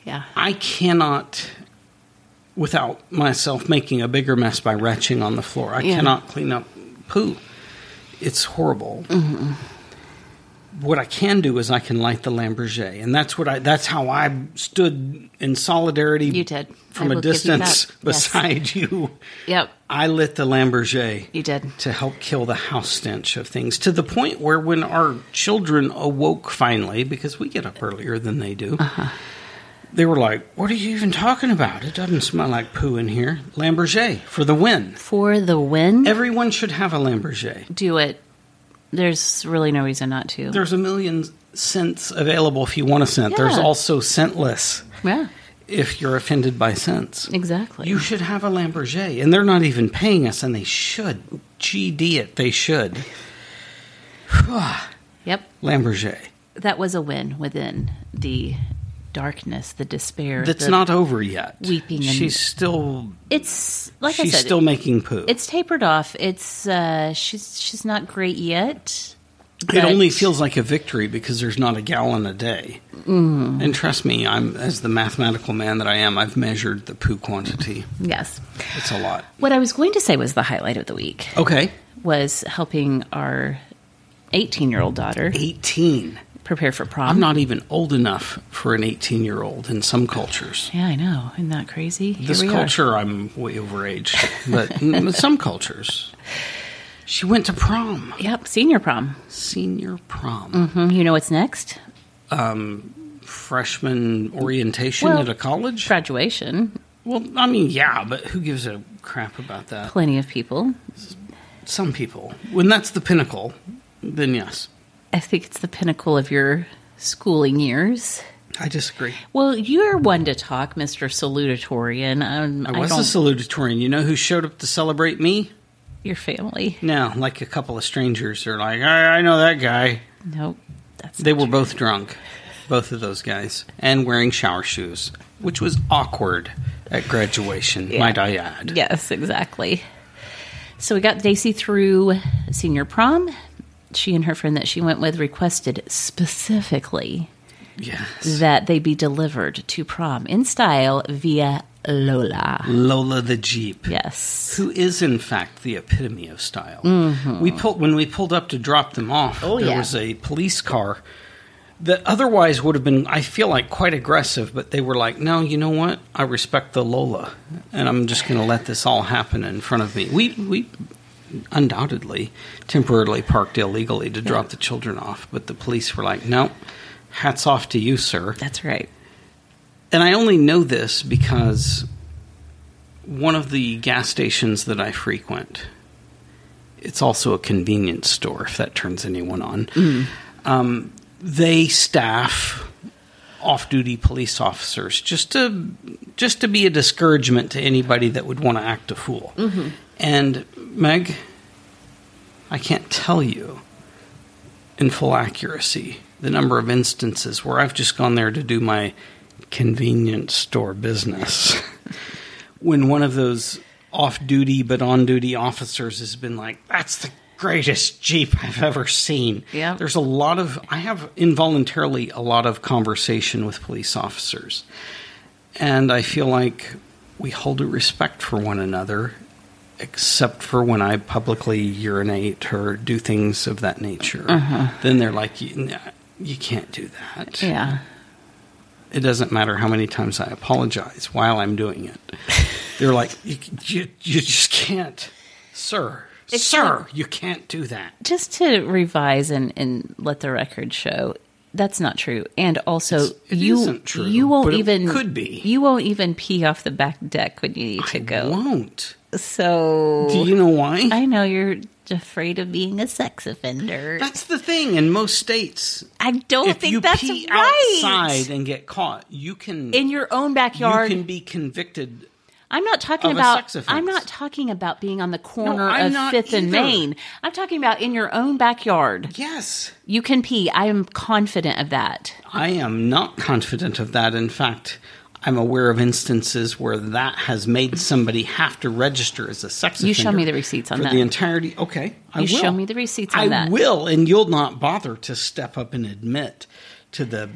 Speaker 2: yeah.
Speaker 3: I cannot, without myself making a bigger mess by retching on the floor, I
Speaker 2: Yeah.
Speaker 3: cannot clean up poo. It's horrible.
Speaker 2: Mm-hmm.
Speaker 3: What I can do is I can light the Lamberger, and that's what I—that's how I stood in solidarity.
Speaker 2: You did.
Speaker 3: from
Speaker 2: I
Speaker 3: a
Speaker 2: will give you that.
Speaker 3: distance
Speaker 2: Yes.
Speaker 3: beside you.
Speaker 2: Yep.
Speaker 3: I lit the Lamberger
Speaker 2: You did.
Speaker 3: to help kill the house stench of things to the point where when our children awoke finally, because we get up earlier than they do,
Speaker 2: Uh-huh.
Speaker 3: they were like, What are you even talking about? It doesn't smell like poo in here. Lamberger for the win.
Speaker 2: For the win,
Speaker 3: Everyone should have a Lamberger.
Speaker 2: do it. There's really no reason not to.
Speaker 3: There's a million scents available if you want a scent. There's
Speaker 2: Yeah.
Speaker 3: also scentless
Speaker 2: yeah.
Speaker 3: if you're offended by scents.
Speaker 2: Exactly.
Speaker 3: You should have a Lamberger. And they're not even paying us, and they should. GD it, they should.
Speaker 2: yep.
Speaker 3: Lamberger.
Speaker 2: That was a win within the darkness, the despair.
Speaker 3: That's
Speaker 2: the-
Speaker 3: not over yet.
Speaker 2: Weeping and-
Speaker 3: She's still.
Speaker 2: It's like
Speaker 3: she's
Speaker 2: I said.
Speaker 3: still making poo.
Speaker 2: it's tapered off. It's uh, she's she's not great yet.
Speaker 3: it
Speaker 2: but-
Speaker 3: only feels like a victory because there's not a gallon a day.
Speaker 2: Mm.
Speaker 3: And trust me, I'm as the mathematical man that I am. I've measured the poo quantity.
Speaker 2: yes.
Speaker 3: It's a lot.
Speaker 2: What I was going to say was the highlight of the week
Speaker 3: Okay,
Speaker 2: was helping our 18 year old daughter
Speaker 3: eighteen.
Speaker 2: prepare for prom.
Speaker 3: I'm not even old enough for an 18 year old in some cultures.
Speaker 2: Yeah, I know. Isn't that crazy? Here
Speaker 3: this
Speaker 2: we are.
Speaker 3: culture, I'm way overaged, but in some cultures. She went to prom,
Speaker 2: Yep, senior prom.
Speaker 3: senior prom.
Speaker 2: hmm You know what's next?
Speaker 3: um, freshman orientation
Speaker 2: Well,
Speaker 3: at a college?
Speaker 2: Graduation.
Speaker 3: Well, I mean, yeah, but who gives a crap about that?
Speaker 2: Plenty of people.
Speaker 3: Some people. When that's the pinnacle, then yes.
Speaker 2: I think it's the pinnacle of your schooling years.
Speaker 3: I disagree.
Speaker 2: Well, you're one to talk, Mister Salutatorian. Um,
Speaker 3: I was
Speaker 2: don't-
Speaker 3: a salutatorian. You know who showed up to celebrate me?
Speaker 2: your family.
Speaker 3: No, like a couple of strangers are like, I, I know that guy.
Speaker 2: Nope, that's
Speaker 3: They
Speaker 2: not
Speaker 3: were
Speaker 2: true.
Speaker 3: both drunk, both of those guys, and wearing shower shoes, which was awkward at graduation, might I add.
Speaker 2: Yes, exactly. So we got Daisy through senior prom, she and her friend that she went with requested specifically
Speaker 3: Yes.
Speaker 2: that they be delivered to prom in style via Lola.
Speaker 3: Lola the Jeep.
Speaker 2: Yes.
Speaker 3: Who is in fact the epitome of style? We pulled when we pulled up to drop them off.
Speaker 2: Mm-hmm. Oh,
Speaker 3: there
Speaker 2: yeah.
Speaker 3: was a police car that otherwise would have been, I feel like, quite aggressive. But they were like, "No, you know what? I respect the Lola, and I'm just going to let this all happen in front of me." We we undoubtedly temporarily parked illegally to drop the children off, but the police were like, "No, hats off to you, sir."
Speaker 2: That's right.
Speaker 3: And I only know this because one of the gas stations that I frequent, it's also a convenience store, if that turns anyone on. Um, they staff off-duty police officers just to just to be a discouragement to anybody that would want to act a fool. And Meg, I can't tell you in full accuracy the number of instances where I've just gone there to do my convenience store business when one of those off duty but on duty officers has been like, that's the greatest Jeep I've ever seen.
Speaker 2: Yeah.
Speaker 3: There's a lot of, I have involuntarily a lot of conversation with police officers. And I feel like we hold a respect for one another, except for when I publicly urinate or do things of that nature. Then they're like, you, nah, you can't do that.
Speaker 2: Mm-hmm. Yeah.
Speaker 3: It doesn't matter how many times I apologize while I'm doing it. They're like, you, you, you just can't, sir. Sir, you can't do that.
Speaker 2: Just to revise and, and let the record show, that's not true. And also,
Speaker 3: It's- it
Speaker 2: you
Speaker 3: isn't true,
Speaker 2: you won't
Speaker 3: but it
Speaker 2: even
Speaker 3: could be.
Speaker 2: You won't even pee off the back deck when you need to
Speaker 3: I
Speaker 2: go.
Speaker 3: won't.
Speaker 2: So
Speaker 3: Do you know why?
Speaker 2: I know you're afraid of being a sex offender.
Speaker 3: That's the thing. In most states,
Speaker 2: I don't
Speaker 3: if
Speaker 2: think
Speaker 3: you
Speaker 2: Oh, that's
Speaker 3: pee
Speaker 2: right.
Speaker 3: outside and get caught, you can
Speaker 2: in your own
Speaker 3: you
Speaker 2: backyard.
Speaker 3: can be convicted.
Speaker 2: I'm not talking
Speaker 3: of a
Speaker 2: about.
Speaker 3: sex offense.
Speaker 2: I'm not talking about being on the corner
Speaker 3: I'm
Speaker 2: of
Speaker 3: not
Speaker 2: Fifth and
Speaker 3: either.
Speaker 2: Main. I'm talking about in your own backyard.
Speaker 3: Yes,
Speaker 2: You can pee. I am confident of that.
Speaker 3: I am not confident of that. In fact, I'm aware of instances where that has made somebody have to register as a sex
Speaker 2: You
Speaker 3: offender.
Speaker 2: show me the receipts on
Speaker 3: for
Speaker 2: that.
Speaker 3: the entirety. Okay, I
Speaker 2: You
Speaker 3: will.
Speaker 2: show me the receipts on
Speaker 3: I
Speaker 2: that.
Speaker 3: will, and you'll not bother to step up and admit to the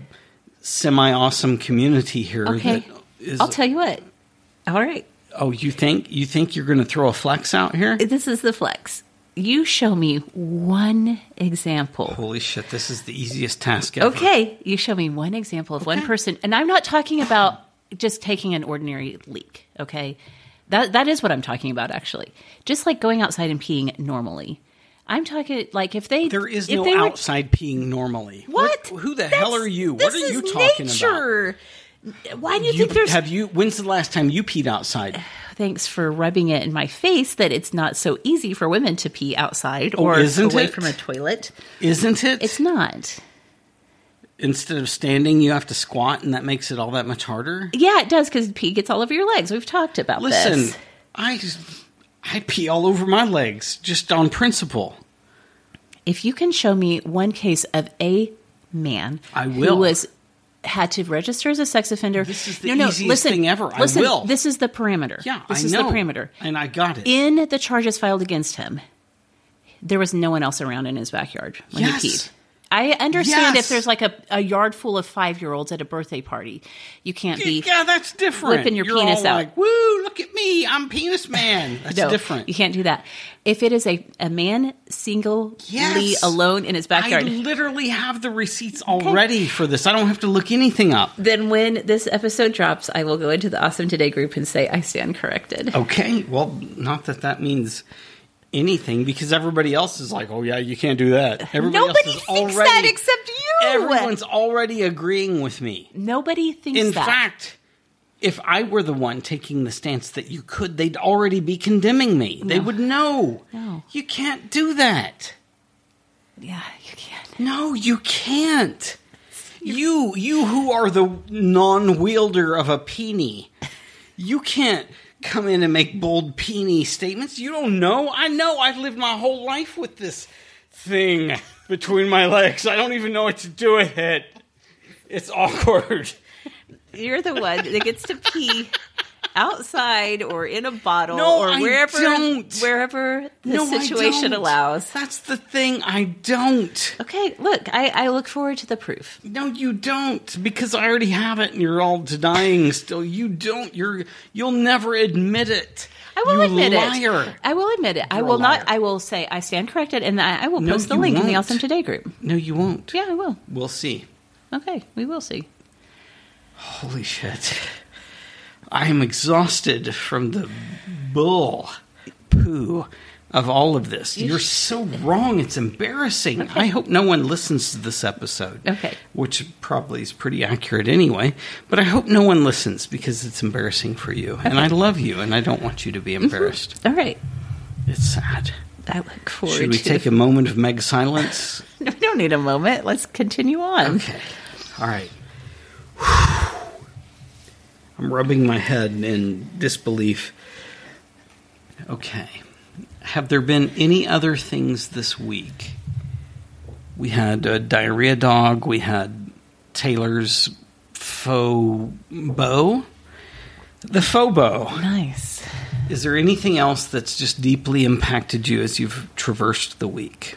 Speaker 3: semi-awesome community here.
Speaker 2: Okay.
Speaker 3: that is-
Speaker 2: I'll tell you what. All right.
Speaker 3: Oh, you think you think you're going to throw a flex out here?
Speaker 2: This is the flex. You show me one example.
Speaker 3: Holy shit! This is the easiest task ever.
Speaker 2: Okay, you show me one example of one person, and I'm not talking about just taking an ordinary leak. Okay, that that is what I'm talking about actually. Just like going outside and peeing normally. I'm talking like if they
Speaker 3: There is
Speaker 2: if
Speaker 3: no
Speaker 2: they were-
Speaker 3: outside peeing normally.
Speaker 2: What?
Speaker 3: Who the
Speaker 2: That's-
Speaker 3: hell are you? What
Speaker 2: This
Speaker 3: are you
Speaker 2: is
Speaker 3: talking about?
Speaker 2: nature. Why do you,
Speaker 3: You-
Speaker 2: think there's?
Speaker 3: have you? When's the last time you peed outside?
Speaker 2: Thanks for rubbing it in my face that it's not so easy for women to pee outside
Speaker 3: Oh,
Speaker 2: or
Speaker 3: isn't
Speaker 2: away
Speaker 3: it?
Speaker 2: from a toilet.
Speaker 3: Isn't it?
Speaker 2: It's not.
Speaker 3: Instead of standing, you have to squat, and that makes it all that much harder.
Speaker 2: Yeah, it does because pee gets all over your legs. We've talked about
Speaker 3: Listen,
Speaker 2: this.
Speaker 3: I I pee all over my legs just on principle.
Speaker 2: if you can show me one case of a man
Speaker 3: I will.
Speaker 2: who was had to register as a sex offender
Speaker 3: This is the
Speaker 2: no no
Speaker 3: easiest
Speaker 2: listen
Speaker 3: thing ever. I
Speaker 2: listen,
Speaker 3: will.
Speaker 2: this is the parameter
Speaker 3: Yeah,
Speaker 2: this
Speaker 3: I
Speaker 2: is
Speaker 3: know.
Speaker 2: the parameter
Speaker 3: and I got it.
Speaker 2: in the charges filed against him there was no one else around in his backyard when
Speaker 3: Yes.
Speaker 2: he peed I understand
Speaker 3: Yes.
Speaker 2: if there's like a, a yard full of five year olds at a birthday party, you can't be
Speaker 3: yeah, that's different.
Speaker 2: whipping your
Speaker 3: You're
Speaker 2: penis
Speaker 3: all
Speaker 2: out.
Speaker 3: Like, Woo! Look at me, I'm penis man. That's
Speaker 2: no,
Speaker 3: different.
Speaker 2: You can't do that. If it is a, a man singly
Speaker 3: Yes.
Speaker 2: alone in his backyard,
Speaker 3: I literally have the receipts already for this. I don't have to look anything up.
Speaker 2: Then when this episode drops, I will go into the Awesome Today group and say I stand corrected.
Speaker 3: Okay, well, not that that means anything because everybody else is like, "Oh yeah, you can't do that." Everybody
Speaker 2: Nobody
Speaker 3: else is
Speaker 2: thinks
Speaker 3: already,
Speaker 2: that except you.
Speaker 3: Everyone's already agreeing with me.
Speaker 2: Nobody thinks
Speaker 3: In
Speaker 2: that.
Speaker 3: fact, if I were the one taking the stance that you could, they'd already be condemning me. They would know.
Speaker 2: No.
Speaker 3: You can't do that.
Speaker 2: yeah, you can.
Speaker 3: No, you can't. You you who are the non-wielder of a peony, you can't come in and make bold peony statements. You don't know. I know. I've lived my whole life with this thing between my legs. I don't even know what to do with it. It's awkward.
Speaker 2: You're the one that gets to pee outside or in a bottle
Speaker 3: No,
Speaker 2: or
Speaker 3: I
Speaker 2: wherever
Speaker 3: don't.
Speaker 2: wherever the
Speaker 3: No, I
Speaker 2: situation
Speaker 3: don't.
Speaker 2: allows.
Speaker 3: That's the thing. I don't.
Speaker 2: Okay, look, I, I look forward to the proof.
Speaker 3: No, you don't, because I already have it, and you're all denying still. You don't. You're. You'll never admit it.
Speaker 2: I will
Speaker 3: you
Speaker 2: admit
Speaker 3: liar.
Speaker 2: it. I will admit it. I
Speaker 3: You're a
Speaker 2: will
Speaker 3: liar.
Speaker 2: not. I will say I stand corrected, and I, I will
Speaker 3: No,
Speaker 2: post the
Speaker 3: you
Speaker 2: link in the
Speaker 3: won't.
Speaker 2: Awesome Today group.
Speaker 3: No, you won't.
Speaker 2: Yeah, I will.
Speaker 3: We'll see.
Speaker 2: Okay, we will see.
Speaker 3: Holy shit. I am exhausted from the bull poo of all of this. You're so wrong. It's embarrassing. I hope no one listens to this episode.
Speaker 2: Okay.
Speaker 3: Which probably is pretty accurate anyway. But I hope no one listens because it's embarrassing for you. And I love you and I don't want you to be embarrassed.
Speaker 2: All right,
Speaker 3: It's sad.
Speaker 2: I look forward.
Speaker 3: Should we
Speaker 2: to
Speaker 3: take a moment of Meg silence?
Speaker 2: No, we don't need a moment. Let's continue on.
Speaker 3: Okay. All right. I'm rubbing my head in disbelief. Okay. Have there been any other things this week? We had a diarrhea dog. We had Taylor's faux bow. The faux bow.
Speaker 2: Nice.
Speaker 3: Is there anything else that's just deeply impacted you as you've traversed the week?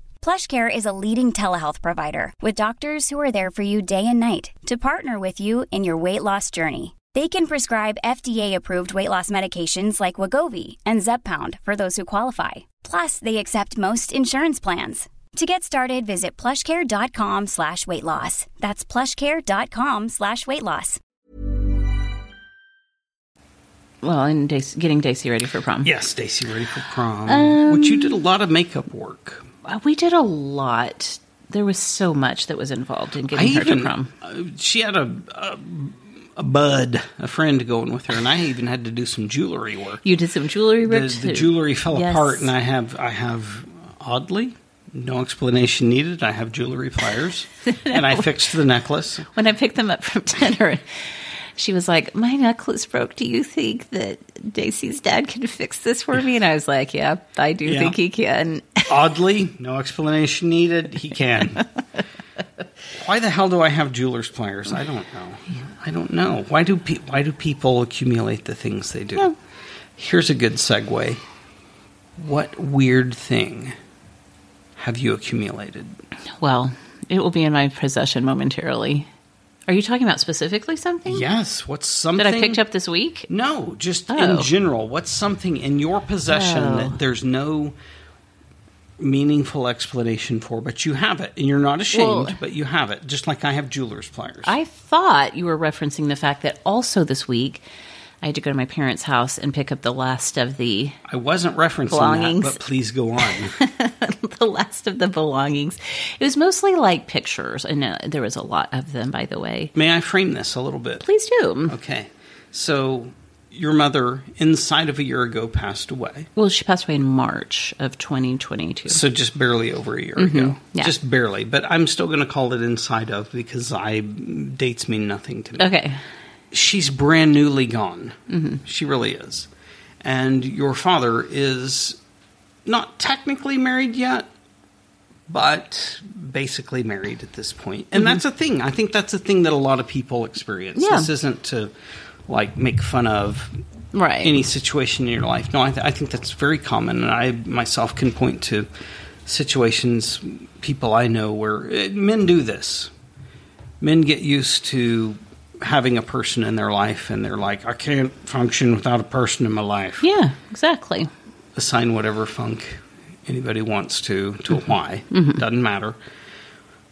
Speaker 4: PlushCare is a leading telehealth provider with doctors who are there for you day and night to partner with you in your weight loss journey. They can prescribe FDA-approved weight loss medications like Wagovi and Zepbound for those who qualify. Plus, they accept most insurance plans. To get started, visit plushcare.com slash weight loss. That's plushcare.com slash weight loss.
Speaker 2: Well, and Dac- getting Daisy ready for prom.
Speaker 3: Yes, Stacy, ready for prom?
Speaker 2: Um,
Speaker 3: which you did a lot of makeup work.
Speaker 2: Uh, we did a lot. There was so much that was involved in getting her to prom.
Speaker 3: uh, she had a, a a bud, a friend going with her, and I even had to do some jewelry work.
Speaker 2: You did some jewelry
Speaker 3: The,
Speaker 2: work
Speaker 3: the
Speaker 2: too.
Speaker 3: jewelry fell
Speaker 2: Yes.
Speaker 3: apart, and I have I have oddly no explanation needed. I have jewelry pliers, and I fixed the necklace.
Speaker 2: when I picked them up from dinner, she was like, "My necklace broke. Do you think that Daisy's dad can fix this for me?" And I was like, "Yeah, I do
Speaker 3: Yeah.
Speaker 2: think he can."
Speaker 3: Oddly, no explanation needed. He can. Why the hell do I have jeweler's pliers? I don't know. I don't know. Why do pe- why do people accumulate the things they do? Here's a good segue. What weird thing have you accumulated?
Speaker 2: well, it will be in my possession momentarily. Are you talking about specifically something
Speaker 3: Yes, what's something
Speaker 2: that I picked up this week?
Speaker 3: No, just in
Speaker 2: Oh.
Speaker 3: general, what's something in your possession
Speaker 2: Oh.
Speaker 3: that there's no meaningful explanation for, but you have it and you're not ashamed,
Speaker 2: Well-
Speaker 3: but you have it, just like I have jeweler's pliers.
Speaker 2: I thought you were referencing the fact that also this week I had to go to my parents' house and pick up the last of the
Speaker 3: I wasn't referencing
Speaker 2: Belongings.
Speaker 3: that, but please go on.
Speaker 2: the last of the belongings. It was mostly like pictures, and uh, there was a lot of them, by the way.
Speaker 3: May I frame this a little bit?
Speaker 2: Please do.
Speaker 3: Okay. So, your mother, inside of a year ago, passed away.
Speaker 2: Well, she passed away in March of 2022.
Speaker 3: So, just barely over a year ago.
Speaker 2: Mm-hmm. Yeah.
Speaker 3: Just barely. But I'm still going to call it inside of because I dates mean nothing to me.
Speaker 2: okay.
Speaker 3: she's brand newly gone.
Speaker 2: Mm-hmm.
Speaker 3: She really is. And your father is not technically married yet, but basically married at this point. And that's a thing. I think that's a thing that a lot of people experience.
Speaker 2: Mm-hmm. Yeah.
Speaker 3: This isn't to like make fun of
Speaker 2: Right.
Speaker 3: any situation in your life. No, I, th- I think that's very common, and I myself can point to situations, people I know where eh, men do this. Men get used to having a person in their life, and they're like, I can't function without a person in my life.
Speaker 2: yeah, exactly.
Speaker 3: Assign whatever funk anybody wants to to a why. Doesn't matter.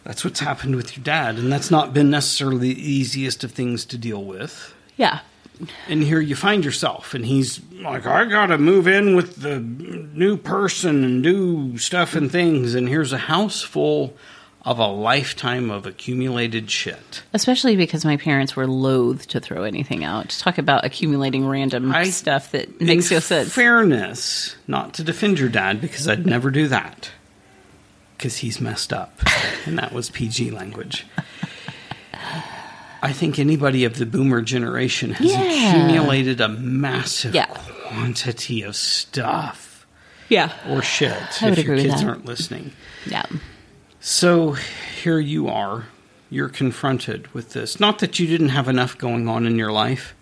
Speaker 3: That's what's happened with your dad, and that's not been necessarily the easiest of things to deal with
Speaker 2: Yeah.
Speaker 3: and here you find yourself and he's like i gotta move in with the new person and do stuff and things and here's a house full of a lifetime of accumulated shit.
Speaker 2: Especially because my parents were loath to throw anything out. Talk about accumulating random
Speaker 3: I-
Speaker 2: stuff that
Speaker 3: In
Speaker 2: makes no sense.
Speaker 3: Fairness, not to defend your dad because I'd never do that because he's messed up, and that was PG language. I think anybody of the boomer generation has
Speaker 2: Yeah.
Speaker 3: accumulated a massive
Speaker 2: Yeah.
Speaker 3: quantity of stuff
Speaker 2: yeah.
Speaker 3: or shit
Speaker 2: would
Speaker 3: if your
Speaker 2: agree with
Speaker 3: kids
Speaker 2: that.
Speaker 3: aren't listening.
Speaker 2: Yeah.
Speaker 3: So here you are. You're confronted with this. Not that you didn't have enough going on in your life.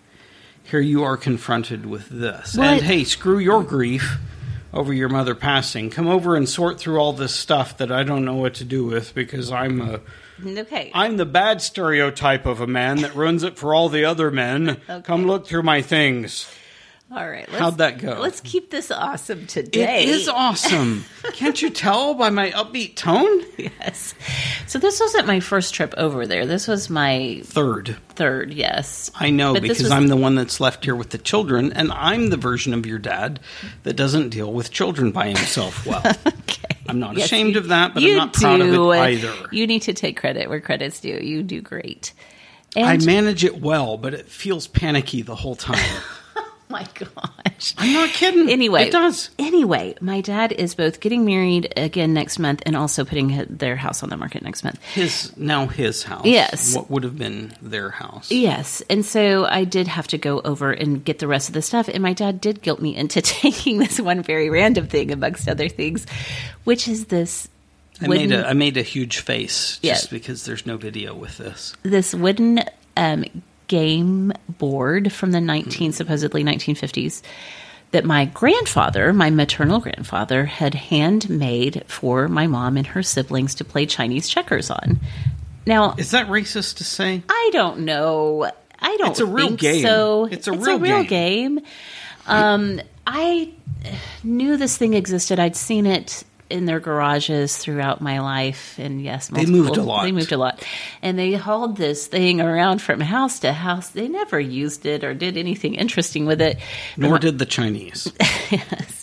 Speaker 3: Here you are confronted with this.
Speaker 2: Well,
Speaker 3: And
Speaker 2: it-
Speaker 3: hey, screw your grief over your mother passing. Come over and sort through all this stuff that I don't know what to do with because I'm a
Speaker 2: Okay.
Speaker 3: I'm the bad stereotype of a man that ruins it for all the other men. Come look through my things.
Speaker 2: All right.
Speaker 3: How'd that go?
Speaker 2: Let's keep this awesome today.
Speaker 3: It is awesome. Can't you tell by my upbeat tone?
Speaker 2: Yes. So this wasn't my first trip over there. This was my
Speaker 3: Third.
Speaker 2: third. Yes.
Speaker 3: I know
Speaker 2: But this
Speaker 3: because
Speaker 2: was-
Speaker 3: I'm the one that's left here with the children, and I'm the version of your dad that doesn't deal with children by himself well. I'm not ashamed of that, but I'm
Speaker 2: You
Speaker 3: not proud of it
Speaker 2: do.
Speaker 3: either.
Speaker 2: You need to take credit where credit's due. You do great.
Speaker 3: I
Speaker 2: And
Speaker 3: manage it well, but it feels panicky the whole time.
Speaker 2: my gosh.
Speaker 3: I'm not kidding.
Speaker 2: Anyway,
Speaker 3: it does.
Speaker 2: Anyway, my dad is both getting married again next month and also putting hi- their house on the market next month.
Speaker 3: His now his house.
Speaker 2: Yes.
Speaker 3: what would have been their house?
Speaker 2: Yes, and so I did have to go over and get the rest of the stuff, and my dad did guilt me into taking this one very random thing amongst other things, which is this
Speaker 3: I
Speaker 2: wooden,
Speaker 3: made a I made a huge face
Speaker 2: Yeah.
Speaker 3: just because there's no video with this.
Speaker 2: this wooden um, game board from the nineteen supposedly nineteen fifties that my grandfather, my maternal grandfather, had handmade for my mom and her siblings to play Chinese checkers on. Now
Speaker 3: Is that racist to say?
Speaker 2: I don't know. I don't.
Speaker 3: It's a real
Speaker 2: think
Speaker 3: game.
Speaker 2: So
Speaker 3: It's a real
Speaker 2: game. Um, I knew this thing existed. I'd seen it in their garages throughout my life, and yes,
Speaker 3: They
Speaker 2: multiple,
Speaker 3: moved a lot.
Speaker 2: They moved a lot, and they hauled this thing around from house to house. They never used it or did anything interesting with it.
Speaker 3: Nor did the Chinese,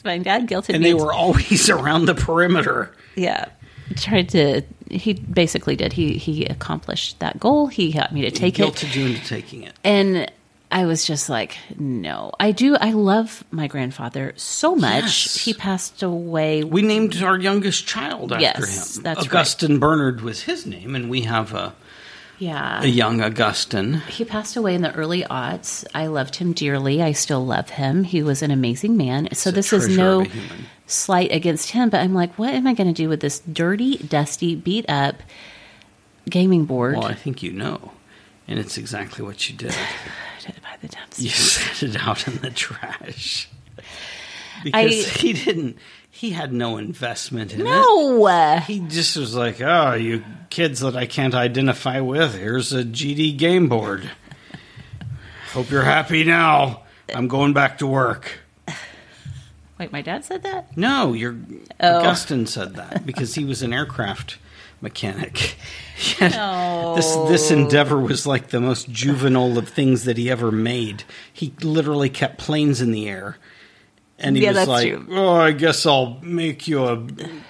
Speaker 2: My dad guilted
Speaker 3: and
Speaker 2: me
Speaker 3: they
Speaker 2: into-
Speaker 3: were always around the perimeter.
Speaker 2: yeah tried to he basically did he he accomplished that goal he got me to take it
Speaker 3: guilted you into taking it.
Speaker 2: and I was just like, no, I do. I love my grandfather so much.
Speaker 3: Yes.
Speaker 2: He passed away.
Speaker 3: We named our youngest child after
Speaker 2: Yes,
Speaker 3: him.
Speaker 2: that's right.
Speaker 3: Augustine Bernard was his name, and we have a,
Speaker 2: yeah,
Speaker 3: a young Augustine.
Speaker 2: he passed away in the early aughts. I loved him dearly. I still love him. He was an amazing man. so
Speaker 3: a
Speaker 2: this is
Speaker 3: treasure
Speaker 2: no
Speaker 3: of a human.
Speaker 2: slight against him, but I'm like, what am I going to do with this dirty, dusty, beat up gaming board?
Speaker 3: Well, I think you know, and it's exactly what you did.
Speaker 2: I did it by the time.
Speaker 3: You set it out in the trash
Speaker 2: I-
Speaker 3: because he didn't. He had no investment in it.
Speaker 2: No.
Speaker 3: He just was like, "Oh, you kids that I can't identify with. Here's a GD game board. Hope you're happy now. I'm going back to work."
Speaker 2: Wait, my dad said that.
Speaker 3: No, your
Speaker 2: Oh.
Speaker 3: Augustine said that because he was an aircraft mechanic. Yet This
Speaker 2: Oh.
Speaker 3: this endeavor was like the most juvenile of things that he ever made. He literally kept planes in the air. And he
Speaker 2: Yeah,
Speaker 3: was
Speaker 2: that's
Speaker 3: like,
Speaker 2: true.
Speaker 3: "Oh, I guess I'll make you a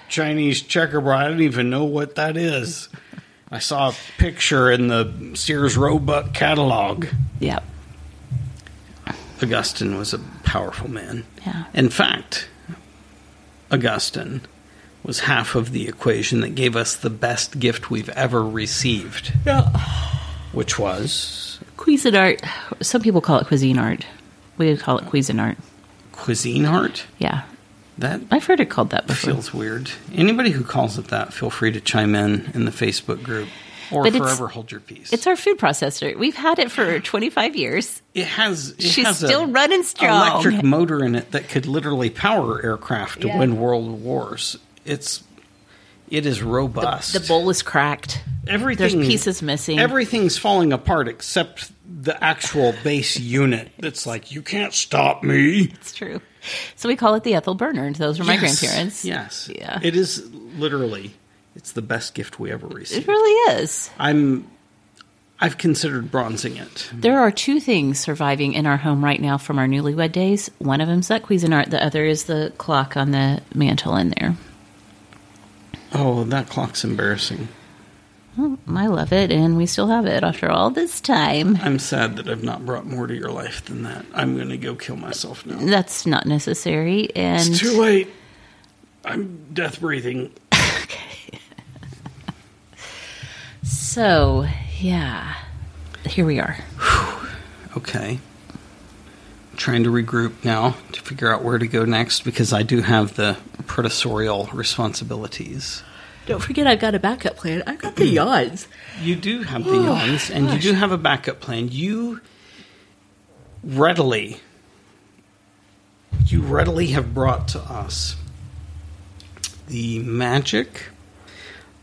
Speaker 3: Chinese checkerboard. I don't even know what that is. I saw a picture in the Sears Roebuck catalog."
Speaker 2: Yeah.
Speaker 3: Augustine was a powerful man.
Speaker 2: Yeah.
Speaker 3: In fact, Augustine was half of the equation that gave us the best gift we've ever received. Which was
Speaker 2: Cuisinart. Some people call it cuisine art. We would call it Cuisinart.
Speaker 3: cuisine art.
Speaker 2: Yeah.
Speaker 3: That
Speaker 2: I've heard it called that before.
Speaker 3: feels weird. Anybody who calls it that, feel free to chime in in the Facebook group or
Speaker 2: But it's-
Speaker 3: forever hold your peace.
Speaker 2: It's our food processor. We've had it for 25 years.
Speaker 3: it has. It
Speaker 2: She's
Speaker 3: has a
Speaker 2: still running strong.
Speaker 3: Electric motor in it that could literally power aircraft to win world wars. It's. It is robust.
Speaker 2: The bowl is cracked.
Speaker 3: everything
Speaker 2: There's pieces missing.
Speaker 3: Everything's falling apart except the actual base unit. That's like you can't stop me.
Speaker 2: It's true. So we call it the Ethel Bernard. Those were my
Speaker 3: Yes.
Speaker 2: grandparents.
Speaker 3: Yes.
Speaker 2: Yeah.
Speaker 3: It is literally. It's the best gift we ever
Speaker 2: It
Speaker 3: received.
Speaker 2: really is.
Speaker 3: I'm. I've considered bronzing it.
Speaker 2: There are two things surviving in our home right now from our newlywed days. One of them's that Cuisinart. The other is the clock on the mantle in there.
Speaker 3: Oh, that clock's embarrassing.
Speaker 2: well, I love it, and we still have it after all this time.
Speaker 3: I'm sad that I've not brought more to your life than that. I'm going to go kill myself now.
Speaker 2: That's not necessary, and
Speaker 3: It's too late. I'm death breathing.
Speaker 2: so yeah, here we are.
Speaker 3: Okay. Trying to regroup now to figure out where to go next because I do have the predatorial responsibilities.
Speaker 2: Don't forget, I've got a backup plan. I've got the yawns.
Speaker 3: You do have the yawns, and you do have a backup plan. You readily, you readily have brought to us the magic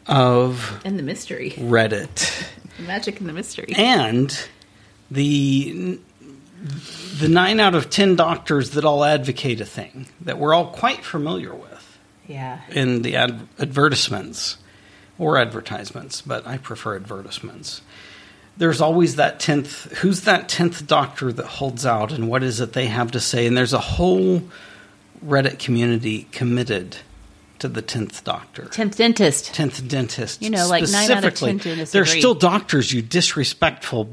Speaker 3: of
Speaker 2: And the mystery,
Speaker 3: Reddit
Speaker 2: the magic and the mystery.
Speaker 3: and the the nine out of ten doctors that all advocate a thing that we're all quite familiar with
Speaker 2: yeah,
Speaker 3: in the ad- advertisements or advertisements, but I prefer advertisements. There's always that tenth. Who's that tenth doctor that holds out, and what is it they have to say? And there's a whole Reddit community committed to the tenth doctor.
Speaker 2: tenth dentist.
Speaker 3: Tenth dentist.
Speaker 2: You know, like nine out of
Speaker 3: specifically.
Speaker 2: 10 dentists
Speaker 3: There's
Speaker 2: agree.
Speaker 3: still doctors, you disrespectful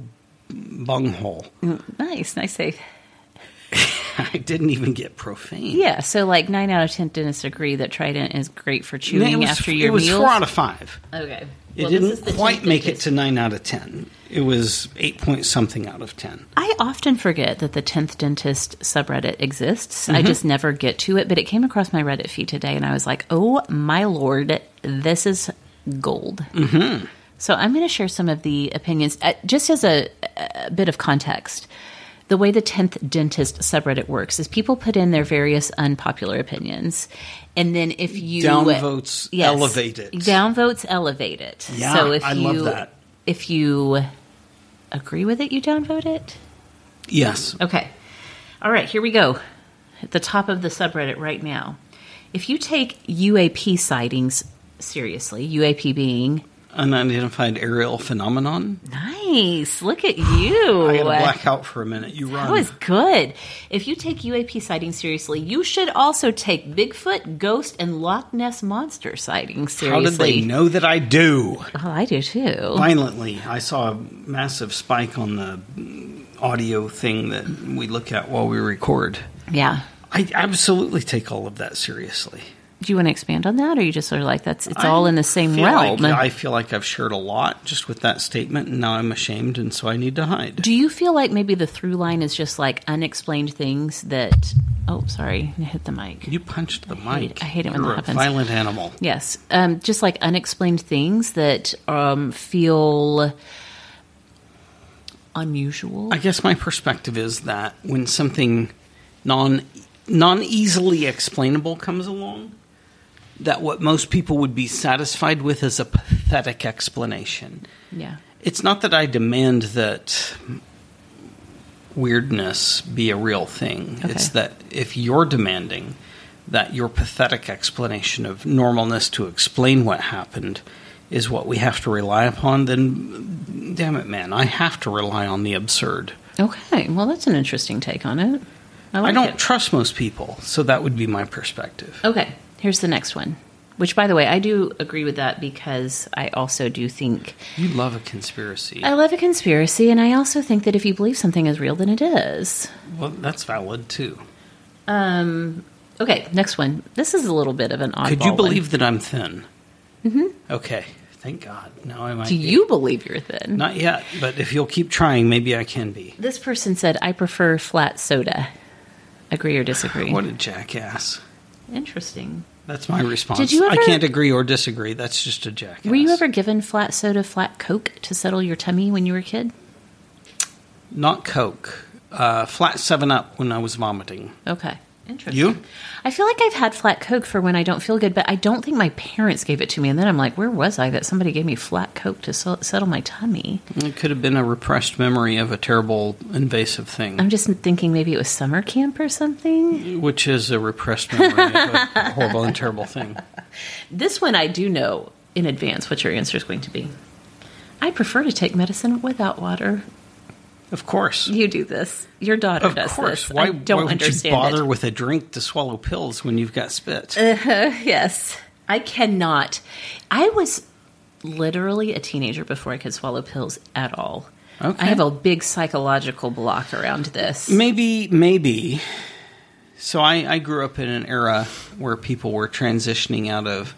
Speaker 3: bunghole.
Speaker 2: Nice, nice save.
Speaker 3: I didn't even get profane.
Speaker 2: Yeah, so like nine out of ten dentists agree that Trident is great for
Speaker 3: And
Speaker 2: chewing
Speaker 3: it was,
Speaker 2: after
Speaker 3: it
Speaker 2: your
Speaker 3: was
Speaker 2: meals.
Speaker 3: four out of five.
Speaker 2: okay,
Speaker 3: It didn't quite make it to nine out of ten. It was eight point something out of ten.
Speaker 2: I often forget that the tenth dentist subreddit exists.
Speaker 3: Mm-hmm.
Speaker 2: I just never get to it, but it came across my Reddit feed today, and I was like, "Oh my lord, this is gold." Mm-hmm. So I'm going to share some of the opinions, uh, just as a, a bit of context. The way the tenth dentist subreddit works is people put in their various unpopular opinions, and then if you
Speaker 3: Downvotes elevate it.
Speaker 2: Downvotes elevate it.
Speaker 3: Yeah,
Speaker 2: so if
Speaker 3: I
Speaker 2: you
Speaker 3: love that.
Speaker 2: if you agree with it, you downvote it.
Speaker 3: Yes.
Speaker 2: Okay. All right, here we go. At the top of the subreddit right now. If you take UAP sightings seriously, UAP being
Speaker 3: Unidentified aerial phenomenon.
Speaker 2: nice. Look at you.
Speaker 3: I got to black out for a minute. You
Speaker 2: That
Speaker 3: run.
Speaker 2: was good. If you take UAP sightings seriously, you should also take Bigfoot, ghost, and Loch Ness monster sightings
Speaker 3: How did
Speaker 2: seriously.
Speaker 3: they know that I do?
Speaker 2: Oh, I do too.
Speaker 3: Violently, I saw a massive spike on the mm, audio thing that we look at while we record.
Speaker 2: Yeah.
Speaker 3: I absolutely take all of that seriously.
Speaker 2: Do you want to expand on that, or you just sort of like that's it's all in the same
Speaker 3: feel
Speaker 2: realm?
Speaker 3: Like, I feel like I've shared a lot just with that statement, and now I'm ashamed, and so I need to hide.
Speaker 2: Do you feel like maybe the through line is just like unexplained things that? Oh, sorry, I hit the mic.
Speaker 3: You punched the
Speaker 2: I hate
Speaker 3: mic.
Speaker 2: it- I hate it when
Speaker 3: You're
Speaker 2: that happens.
Speaker 3: A violent animal.
Speaker 2: Yes, um, just like unexplained things that um, feel unusual.
Speaker 3: I guess my perspective is that when something non non easily explainable comes along, that what most people would be satisfied with is a pathetic explanation.
Speaker 2: yeah,
Speaker 3: It's not that I demand that weirdness be a real thing.
Speaker 2: Okay.
Speaker 3: It's that if you're demanding that your pathetic explanation of normalness to explain what happened is what we have to rely upon, then damn it, man, I have to rely on the absurd.
Speaker 2: okay. Well, that's an interesting take on it. I, like
Speaker 3: I don't
Speaker 2: it.
Speaker 3: trust most people, so that would be my perspective.
Speaker 2: Okay, here's the next one. Which, by the way, I do agree with that because I also do think
Speaker 3: You love a conspiracy.
Speaker 2: I love a conspiracy, and I also think that if you believe something is real, then it is.
Speaker 3: well, that's valid too.
Speaker 2: Um. Okay. Next one. This is a little bit of an oddball.
Speaker 3: Could you
Speaker 2: one.
Speaker 3: believe that I'm thin? Mm-hmm. Okay, thank God. Now I might.
Speaker 2: Do
Speaker 3: be.
Speaker 2: you believe you're thin?
Speaker 3: Not yet, but if you'll keep trying, maybe I can be.
Speaker 2: this person said, "I prefer flat soda." Agree or disagree?
Speaker 3: What a jackass.
Speaker 2: Interesting.
Speaker 3: That's my response.
Speaker 2: Did you
Speaker 3: I
Speaker 2: ever-
Speaker 3: can't agree or disagree. That's just a jackass.
Speaker 2: Were you ever given flat soda, flat Coke to settle your tummy when you were a kid?
Speaker 3: Not Coke. Uh, flat 7 Up when I was vomiting.
Speaker 2: Okay. Interesting.
Speaker 3: You?
Speaker 2: I feel like I've had flat Coke for when I don't feel good, but I don't think my parents gave it to me. And then I'm like, where was I that somebody gave me flat Coke to so- settle my tummy?
Speaker 3: It could have been a repressed memory of a terrible, invasive thing,
Speaker 2: I'm just thinking maybe it was summer camp or something.
Speaker 3: which is a repressed memory of a horrible and terrible thing.
Speaker 2: This one I do know in advance what your answer is going to be. I prefer to take medicine without water.
Speaker 3: Of course.
Speaker 2: You do this. Your daughter
Speaker 3: Of
Speaker 2: does
Speaker 3: course.
Speaker 2: this.
Speaker 3: Why,
Speaker 2: I don't
Speaker 3: why would
Speaker 2: understand
Speaker 3: you bother
Speaker 2: it. Uh,
Speaker 3: with a drink to swallow pills when you've got spit?
Speaker 2: yes, I cannot. I was literally a teenager before I could swallow pills at all.
Speaker 3: Okay.
Speaker 2: I have a big psychological block around this.
Speaker 3: Maybe, maybe. So I, I grew up in an era where people were transitioning out of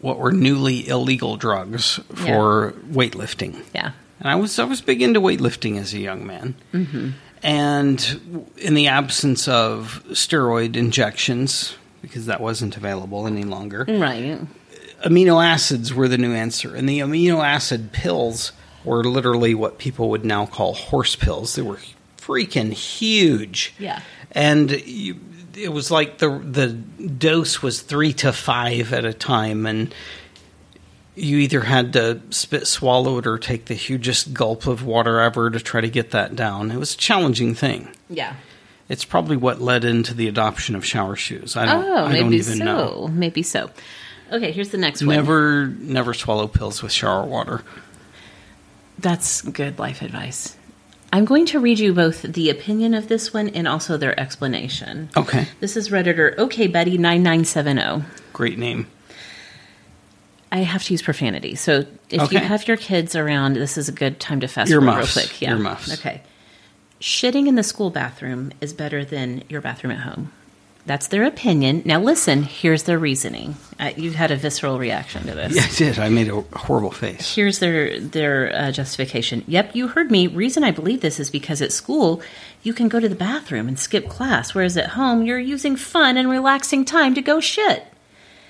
Speaker 3: what were newly illegal drugs for weightlifting.
Speaker 2: Yeah.
Speaker 3: And I was I was big into weightlifting as a young man. Mm-hmm. And w- in the absence of steroid injections, because that wasn't available any longer,
Speaker 2: Right.
Speaker 3: amino acids were the new answer. And the amino acid pills were literally what people would now call horse pills. They were freaking huge.
Speaker 2: Yeah.
Speaker 3: And you, it was like the the dose was 3 to 5 at a time and you either had to spit swallow it or take the hugest gulp of water ever to try to get that down. It was a challenging thing.
Speaker 2: Yeah.
Speaker 3: It's probably what led into the adoption of shower shoes. I don't,
Speaker 2: Oh,
Speaker 3: I
Speaker 2: maybe
Speaker 3: don't even
Speaker 2: so.
Speaker 3: know.
Speaker 2: Maybe so. Okay, here's the next one.
Speaker 3: Never, never swallow pills with shower water.
Speaker 2: That's good life advice. I'm going to read you both the opinion of this one and also their explanation.
Speaker 3: Okay,
Speaker 2: This is Redditor OK Betty 9970.
Speaker 3: great name.
Speaker 2: oh. I have to use profanity. So if
Speaker 3: Okay.
Speaker 2: you have your kids around, this is a good time to fast forward real
Speaker 3: Earmuffs.
Speaker 2: quick. Yeah.
Speaker 3: Earmuffs.
Speaker 2: Okay. Shitting in the school bathroom is better than your bathroom at home. That's their opinion. Now listen, here's their reasoning. Uh, you had a visceral reaction to this.
Speaker 3: Yeah, I did. I made a horrible face.
Speaker 2: Here's their their uh, justification. Yep, you heard me. Reason I believe this is because at school you can go to the bathroom and skip class, whereas at home you're using fun and relaxing time to go shit.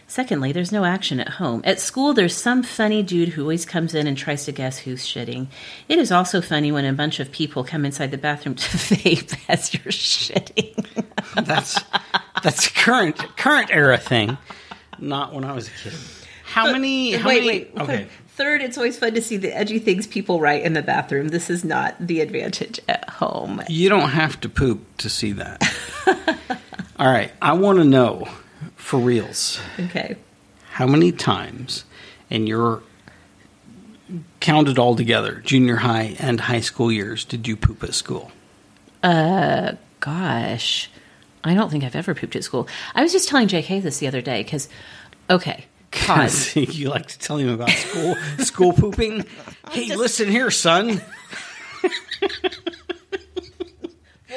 Speaker 2: Secondly, there's no action at home. At school, there's some funny dude who always comes in and tries to guess who's shitting. It is also funny when a bunch of people come inside the bathroom to vape as you're shitting.
Speaker 3: That's that's a current current era thing. Not when I was a kid. How many? How
Speaker 2: wait,
Speaker 3: many,
Speaker 2: wait.
Speaker 3: Okay.
Speaker 2: Third, it's always fun to see the edgy things people write in the bathroom. This is not the advantage at home.
Speaker 3: You don't have to poop to see that. All right. I want to know for reals
Speaker 2: Okay.
Speaker 3: how many times in your counted all together junior high and high school years did you poop at school?
Speaker 2: Gosh, I don't think I've ever pooped at school. I was just telling JK this the other day because, okay, pause.
Speaker 3: you like to tell him about school school pooping. Hey, listen here, son.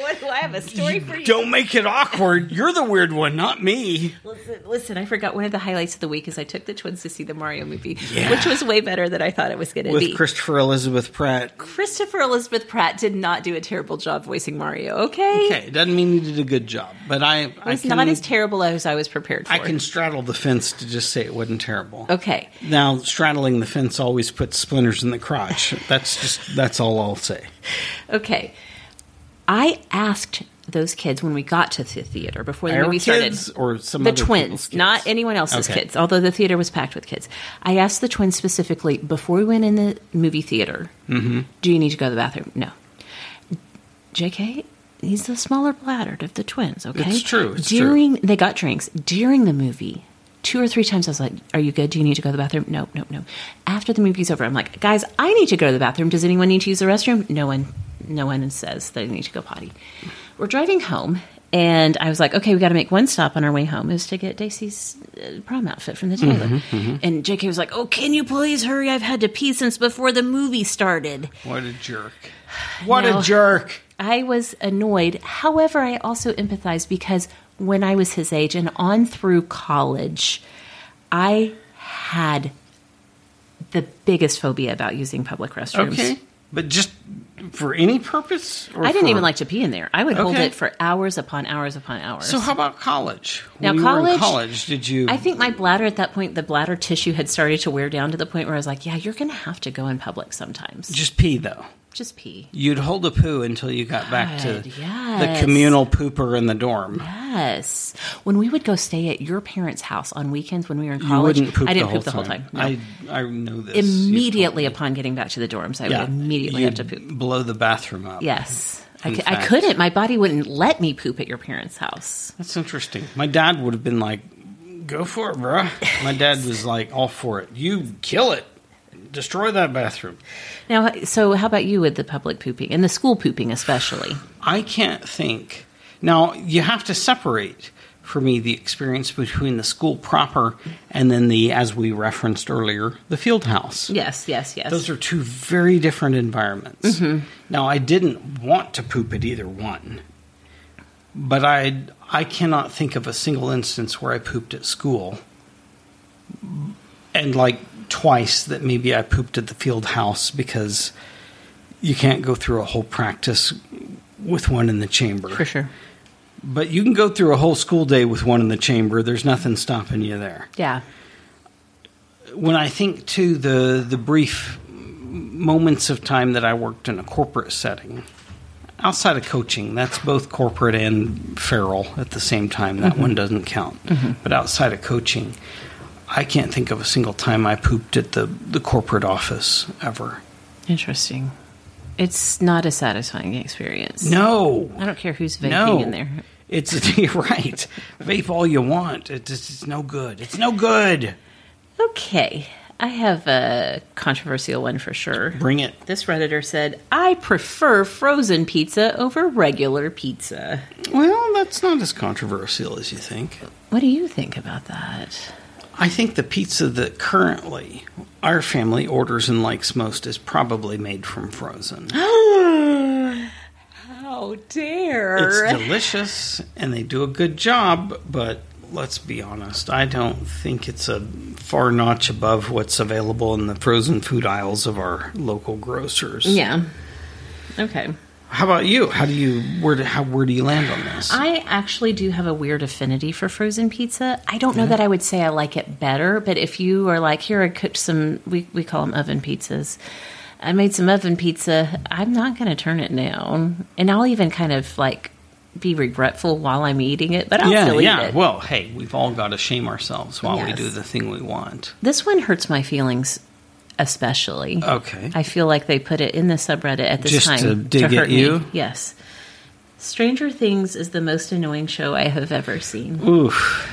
Speaker 2: what do I have a story for you?
Speaker 3: Don't make it awkward. You're the weird one, not me.
Speaker 2: Listen, listen, I forgot one of the highlights of the week is I took the twins to see the Mario movie,
Speaker 3: Yeah.
Speaker 2: which was way better than I thought it was going to be.
Speaker 3: With Christopher Elizabeth Pratt.
Speaker 2: Christopher Elizabeth Pratt did not do a terrible job voicing Mario. Okay,
Speaker 3: Okay, doesn't mean he did a good job, but I
Speaker 2: it
Speaker 3: I
Speaker 2: was
Speaker 3: can,
Speaker 2: not as terrible as I was prepared for.
Speaker 3: I can straddle the fence to just say it wasn't terrible.
Speaker 2: Okay,
Speaker 3: Now straddling the fence always puts splinters in the crotch. That's just that's all I'll say.
Speaker 2: okay. I asked those kids when we got to the theater before the
Speaker 3: Our
Speaker 2: movie
Speaker 3: kids
Speaker 2: started.
Speaker 3: or some
Speaker 2: the
Speaker 3: other people's
Speaker 2: twins,
Speaker 3: kids?
Speaker 2: not anyone else's
Speaker 3: Okay.
Speaker 2: kids. Although the theater was packed with kids, I asked the twins specifically before we went in the movie theater.
Speaker 3: Mm-hmm.
Speaker 2: Do you need to go to the bathroom? No. J.K. He's the smaller bladdered of the twins. Okay,
Speaker 3: It's true, it's
Speaker 2: during they got drinks during the movie. Two or three times I was like, Are you good? Do you need to go to the bathroom? No, no, no. After the movie's over, I'm like, Guys, I need to go to the bathroom. Does anyone need to use the restroom? No one no one says they need to go potty. We're driving home and I was like, Okay, we gotta make one stop on our way home. It was to get Daisy's uh, prom outfit from the
Speaker 3: Mm-hmm,
Speaker 2: tailor. And JK was like, Oh, can you please hurry? I've had to pee since before the movie started.
Speaker 3: What a jerk! What
Speaker 2: No.
Speaker 3: a jerk!
Speaker 2: I was annoyed. However, I also empathized because when I was his age and on through college, I had the biggest phobia about using public restrooms.
Speaker 3: Okay, but just for any purpose? Or
Speaker 2: I didn't
Speaker 3: for-
Speaker 2: even like to pee in there. I would hold
Speaker 3: Okay.
Speaker 2: it for hours upon hours upon hours.
Speaker 3: So how about college?
Speaker 2: now
Speaker 3: when you
Speaker 2: college,
Speaker 3: were in college, did you?
Speaker 2: I think my bladder at that point, the bladder tissue had started to wear down to the point where I was like, "Yeah, you're going to have to go in public sometimes. Just,
Speaker 3: just pee though.
Speaker 2: pee."
Speaker 3: You'd hold a poo until you got back to
Speaker 2: God, yes.
Speaker 3: the communal pooper in the dorm.
Speaker 2: Yes. When we would go stay at your parents' house on weekends when we were in
Speaker 3: You
Speaker 2: college,
Speaker 3: wouldn't poop.
Speaker 2: I didn't
Speaker 3: the
Speaker 2: poop
Speaker 3: whole
Speaker 2: the whole time. No.
Speaker 3: I I know this. You've
Speaker 2: immediately
Speaker 3: told me.
Speaker 2: upon getting back to the dorms, I
Speaker 3: Yeah,
Speaker 2: would immediately have to
Speaker 3: you'd
Speaker 2: poop.
Speaker 3: Blow the bathroom up.
Speaker 2: Yes. I,
Speaker 3: In
Speaker 2: cou- I
Speaker 3: fact.
Speaker 2: couldn't. My body wouldn't let me poop at your parents' house.
Speaker 3: that's interesting. My dad would have been like, "Go for it, bruh." My dad was like, "All for it. You kill it. Destroy that bathroom."
Speaker 2: Now, so how about you with the public pooping and the school pooping, especially?
Speaker 3: I can't think. Now, you have to separate for me the experience between the school proper and then the, as we referenced earlier, the field house.
Speaker 2: Yes, yes, yes.
Speaker 3: Those are two very different environments.
Speaker 2: Mm-hmm.
Speaker 3: Now, I didn't want to poop at either one, but I I cannot think of a single instance where I pooped at school, and like twice that maybe I pooped at the field house because you can't go through a whole practice with one in the chamber.
Speaker 2: for sure.
Speaker 3: But you can go through a whole school day with one in the chamber. There's nothing stopping you there
Speaker 2: Yeah.
Speaker 3: when I think to the the brief moments of time that I worked in a corporate setting, outside of coaching, that's both corporate and feral at the same time. That one doesn't count. But outside of coaching, I can't think of a single time I pooped at the the corporate office ever.
Speaker 2: Interesting. It's not a satisfying experience.
Speaker 3: No,
Speaker 2: I don't care who's vaping
Speaker 3: no.
Speaker 2: in there.
Speaker 3: It's you're right. Vape all you want. It's, it's no good. It's no good.
Speaker 2: Okay. I have a controversial one for sure.
Speaker 3: Bring it.
Speaker 2: This Redditor said, I prefer frozen pizza over regular pizza.
Speaker 3: Well, that's not as controversial as you think.
Speaker 2: What do you think about that?
Speaker 3: I think the pizza that currently our family orders and likes most is probably made from frozen.
Speaker 2: How dare.
Speaker 3: it's delicious and they do a good job, but let's be honest, I don't think it's a far notch above what's available in the frozen food aisles of our local grocers.
Speaker 2: yeah. Okay.
Speaker 3: How about you? How do you where do, how where do you land on this?
Speaker 2: I actually do have a weird affinity for frozen pizza. I don't know that I would say I like it better, but if you are like, here, I cooked some, we, we call them oven pizzas. I made some oven pizza. I'm not going to turn it down. And I'll even kind of like be regretful while I'm eating it, but I'll
Speaker 3: yeah,
Speaker 2: still eat
Speaker 3: yeah.
Speaker 2: it.
Speaker 3: Well, hey, we've all got to shame ourselves while we
Speaker 2: Yes.
Speaker 3: do the thing we want.
Speaker 2: this one hurts my feelings, especially.
Speaker 3: Okay.
Speaker 2: I feel like they put it in the subreddit at this
Speaker 3: Just
Speaker 2: time
Speaker 3: to dig at
Speaker 2: hurt me.
Speaker 3: you?
Speaker 2: Yes. Stranger Things is the most annoying show I have ever seen.
Speaker 3: Oof.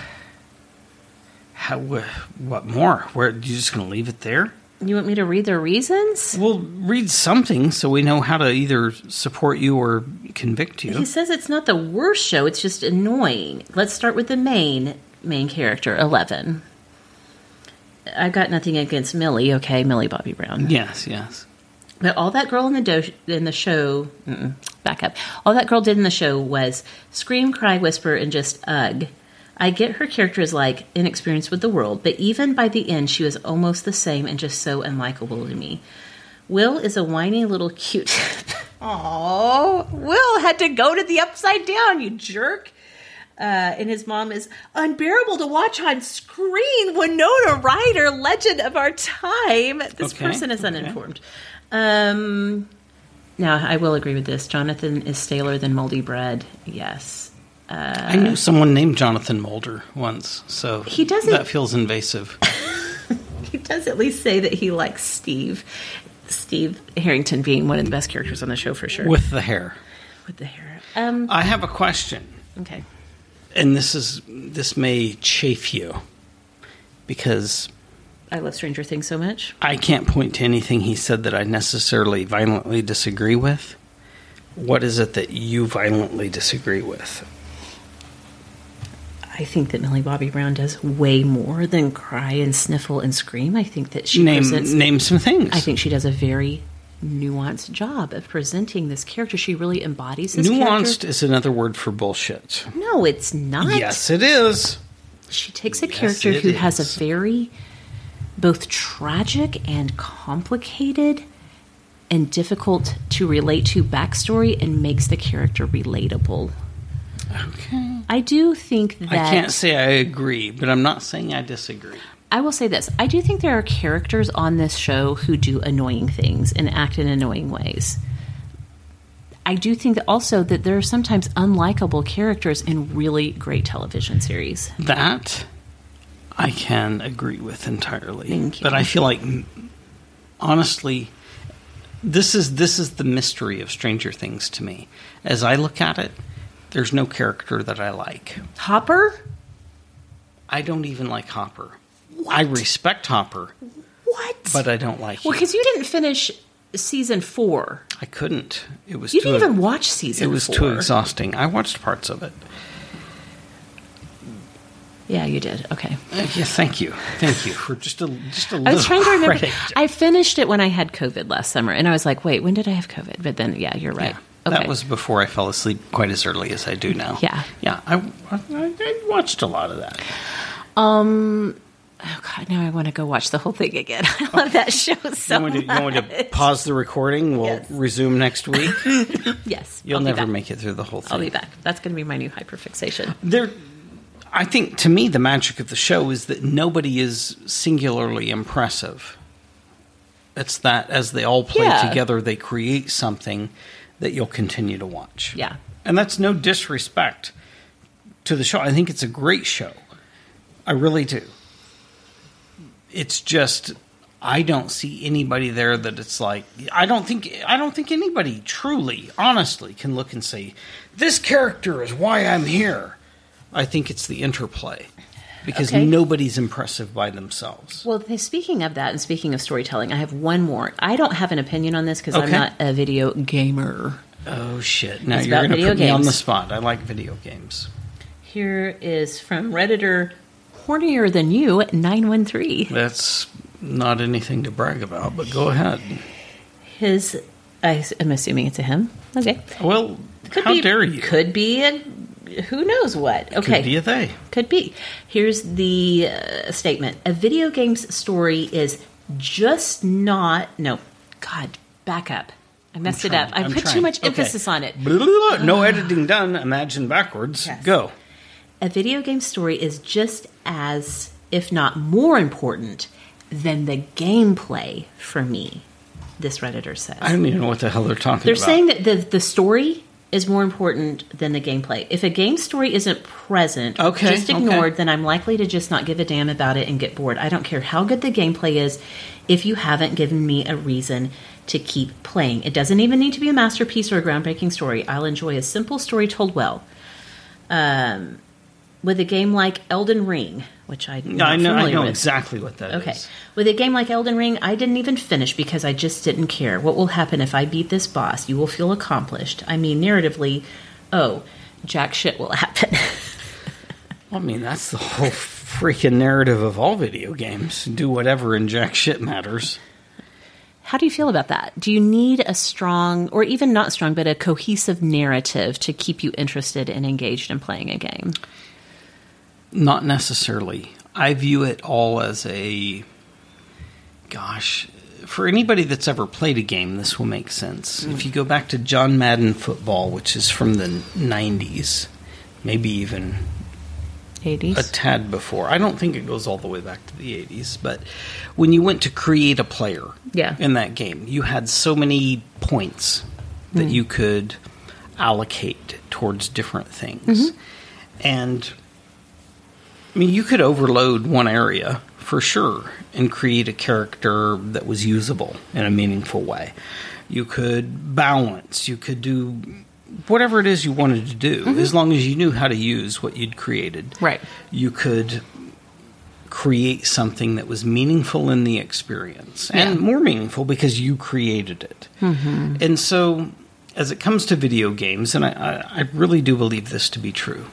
Speaker 3: How, wh- what more? Where you just going to leave it there?
Speaker 2: You want me to read the reasons?
Speaker 3: We'll read something so we know how to either support you or convict you.
Speaker 2: He says it's not the worst show, it's just annoying. Let's start with the main main character, Eleven. I've got nothing against Millie, okay, Millie Bobby Brown.
Speaker 3: yes, yes.
Speaker 2: But all that girl in the do- in the show, mm-mm, back up. All that girl did in the show was scream, cry, whisper, and just ugh. I get her character is like inexperienced with the world, but even by the end, she was almost the same and just so unlikable to me. Will is a whiny little cute. Aww, Oh, Will had to go to the upside down, you jerk. Uh, and his mom is unbearable to watch on screen. Winona Ryder, legend of our time. This
Speaker 3: Okay,
Speaker 2: person is
Speaker 3: okay.
Speaker 2: uninformed. Um, now, I will agree with this. Jonathan is staler than moldy bread. Yes.
Speaker 3: I knew someone named Jonathan Mulder once, so
Speaker 2: Uh, He doesn't-
Speaker 3: That feels invasive.
Speaker 2: He does at least say that he likes Steve. Steve Harrington being one of the best characters on the show for sure.
Speaker 3: With the hair,
Speaker 2: With the hair. Um,
Speaker 3: I have a question,
Speaker 2: okay.
Speaker 3: and this is this may chafe you because
Speaker 2: I love Stranger Things so much.
Speaker 3: I can't point to anything he said that I necessarily violently disagree with. What is it that you violently disagree with?
Speaker 2: I think that Millie Bobby Brown does way more than cry and sniffle and scream. I think that she
Speaker 3: name
Speaker 2: presents.
Speaker 3: name some things.
Speaker 2: I think she does a very nuanced job of presenting this character. She really embodies this
Speaker 3: nuanced
Speaker 2: character.
Speaker 3: is another word for bullshit.
Speaker 2: No, it's not.
Speaker 3: Yes, it is.
Speaker 2: She takes a
Speaker 3: Yes,
Speaker 2: character
Speaker 3: it
Speaker 2: who has
Speaker 3: is.
Speaker 2: a very both tragic and complicated and difficult to relate to backstory and makes the character relatable.
Speaker 3: Okay.
Speaker 2: I do think that
Speaker 3: I can't say I agree, but I'm not saying I disagree.
Speaker 2: I will say this. I do think there are characters on this show who do annoying things and act in annoying ways. I do think that also that there are sometimes unlikable characters in really great television series.
Speaker 3: That I can agree with entirely.
Speaker 2: Thank you.
Speaker 3: But I feel like honestly this is this is the mystery of Stranger Things to me. As I look at it, there's no character that I like.
Speaker 2: Hopper?
Speaker 3: I don't even like Hopper. I respect Hopper,
Speaker 2: What?
Speaker 3: but I don't like
Speaker 2: well,
Speaker 3: him.
Speaker 2: because you didn't finish season four.
Speaker 3: I couldn't. It was
Speaker 2: You
Speaker 3: too
Speaker 2: didn't even watch season
Speaker 3: It was
Speaker 2: four.
Speaker 3: too exhausting. I watched parts of it.
Speaker 2: Yeah, you did. Okay.
Speaker 3: Uh, yeah, thank you, thank you for just a just a
Speaker 2: I
Speaker 3: little
Speaker 2: was trying to remember.
Speaker 3: credit.
Speaker 2: I finished it when I had COVID last summer, and I was like, wait, when did I have COVID? But then, yeah, you're right. okay.
Speaker 3: That was before I fell asleep quite as early as I do now.
Speaker 2: Yeah.
Speaker 3: yeah. I, I, I watched a lot of that.
Speaker 2: Um. Oh God! Now I want to go watch the whole thing again. I love that show so
Speaker 3: you, want to, you want to
Speaker 2: much.
Speaker 3: pause the recording? We'll
Speaker 2: Yes.
Speaker 3: resume next week.
Speaker 2: Yes,
Speaker 3: You'll
Speaker 2: I'll be
Speaker 3: never
Speaker 2: back.
Speaker 3: make it through the whole thing.
Speaker 2: I'll be back. That's going to be my new hyperfixation.
Speaker 3: there i think to me the magic of the show is that nobody is singularly impressive it's that as they all play
Speaker 2: Yeah.
Speaker 3: together they create something that you'll continue to watch
Speaker 2: Yeah.
Speaker 3: and that's no disrespect to the show i think it's a great show i really do it's just I don't see anybody there that it's like I don't think I don't think anybody truly, honestly, can look and say this character is why I'm here. I think it's the interplay because
Speaker 2: Okay.
Speaker 3: nobody's impressive by themselves.
Speaker 2: Well, th- speaking of that, and speaking of storytelling, I have one more. I don't have an opinion on this because I'm
Speaker 3: Okay.
Speaker 2: not a video gamer.
Speaker 3: Oh shit! Now
Speaker 2: It's
Speaker 3: you're
Speaker 2: about
Speaker 3: going to
Speaker 2: video
Speaker 3: put me on the
Speaker 2: games.
Speaker 3: spot. I like video games.
Speaker 2: Here is from Redditor, hornier than you, nine one three.
Speaker 3: That's not anything to brag about, but go ahead.
Speaker 2: His, I s- am assuming it's a him. Okay,
Speaker 3: Well, how
Speaker 2: be,
Speaker 3: dare you?
Speaker 2: Could be a, who knows what. Okay,
Speaker 3: Could be a they.
Speaker 2: Could be. Here's the uh, statement A video game's story is just not. No, God, back up. I messed it up. I
Speaker 3: I'm
Speaker 2: put too
Speaker 3: trying.
Speaker 2: much
Speaker 3: Okay.
Speaker 2: emphasis on it. Um,
Speaker 3: Blah, blah, blah. No editing done. Imagine backwards.
Speaker 2: Yes.
Speaker 3: Go.
Speaker 2: A video game story is just as, if not more important, than the gameplay for me, this Redditor says.
Speaker 3: I don't even know what the hell they're talking
Speaker 2: They're
Speaker 3: about.
Speaker 2: saying that the, the story is more important than the gameplay. If a game story isn't present, or
Speaker 3: Okay,
Speaker 2: just
Speaker 3: okay.
Speaker 2: ignored, then I'm likely to just not give a damn about it and get bored. I don't care how good the gameplay is if you haven't given me a reason to keep playing. It doesn't even need to be a masterpiece or a groundbreaking story. I'll enjoy a simple story told well. Um, with a game like Elden Ring, which I
Speaker 3: No, I know, I know
Speaker 2: with.
Speaker 3: exactly what that is.
Speaker 2: Okay. With a game like Elden Ring, I didn't even finish because I just didn't care. What will happen if I beat this boss? You will feel accomplished. I mean, narratively, oh, jack shit will happen.
Speaker 3: I mean, that's the whole freaking narrative of all video games. Do whatever and jack shit matters.
Speaker 2: How do you feel about that? Do you need a strong, or even not strong, but a cohesive narrative to keep you interested and engaged in playing a game?
Speaker 3: Not necessarily. I view it all as a. Gosh. For anybody that's ever played a game, this will make sense. If you go back to John Madden football, which is from the 90s, maybe even
Speaker 2: 80s?
Speaker 3: a tad before. I don't think it goes all the way back to the 80s, but when you went to create a player
Speaker 2: Yeah.
Speaker 3: in that game, you had so many points that
Speaker 2: Mm.
Speaker 3: you could allocate towards different things.
Speaker 2: Mm-hmm.
Speaker 3: And I mean, you could overload one area for sure and create a character that was usable in a meaningful way. You could balance, you could do whatever it is you wanted to do, as long as you knew how to use what you'd created.
Speaker 2: Mm-hmm. Right.
Speaker 3: You could create something that was meaningful in the experience and more meaningful because you created it. And so, as it comes to video games, and I, I, I really do believe this to be true,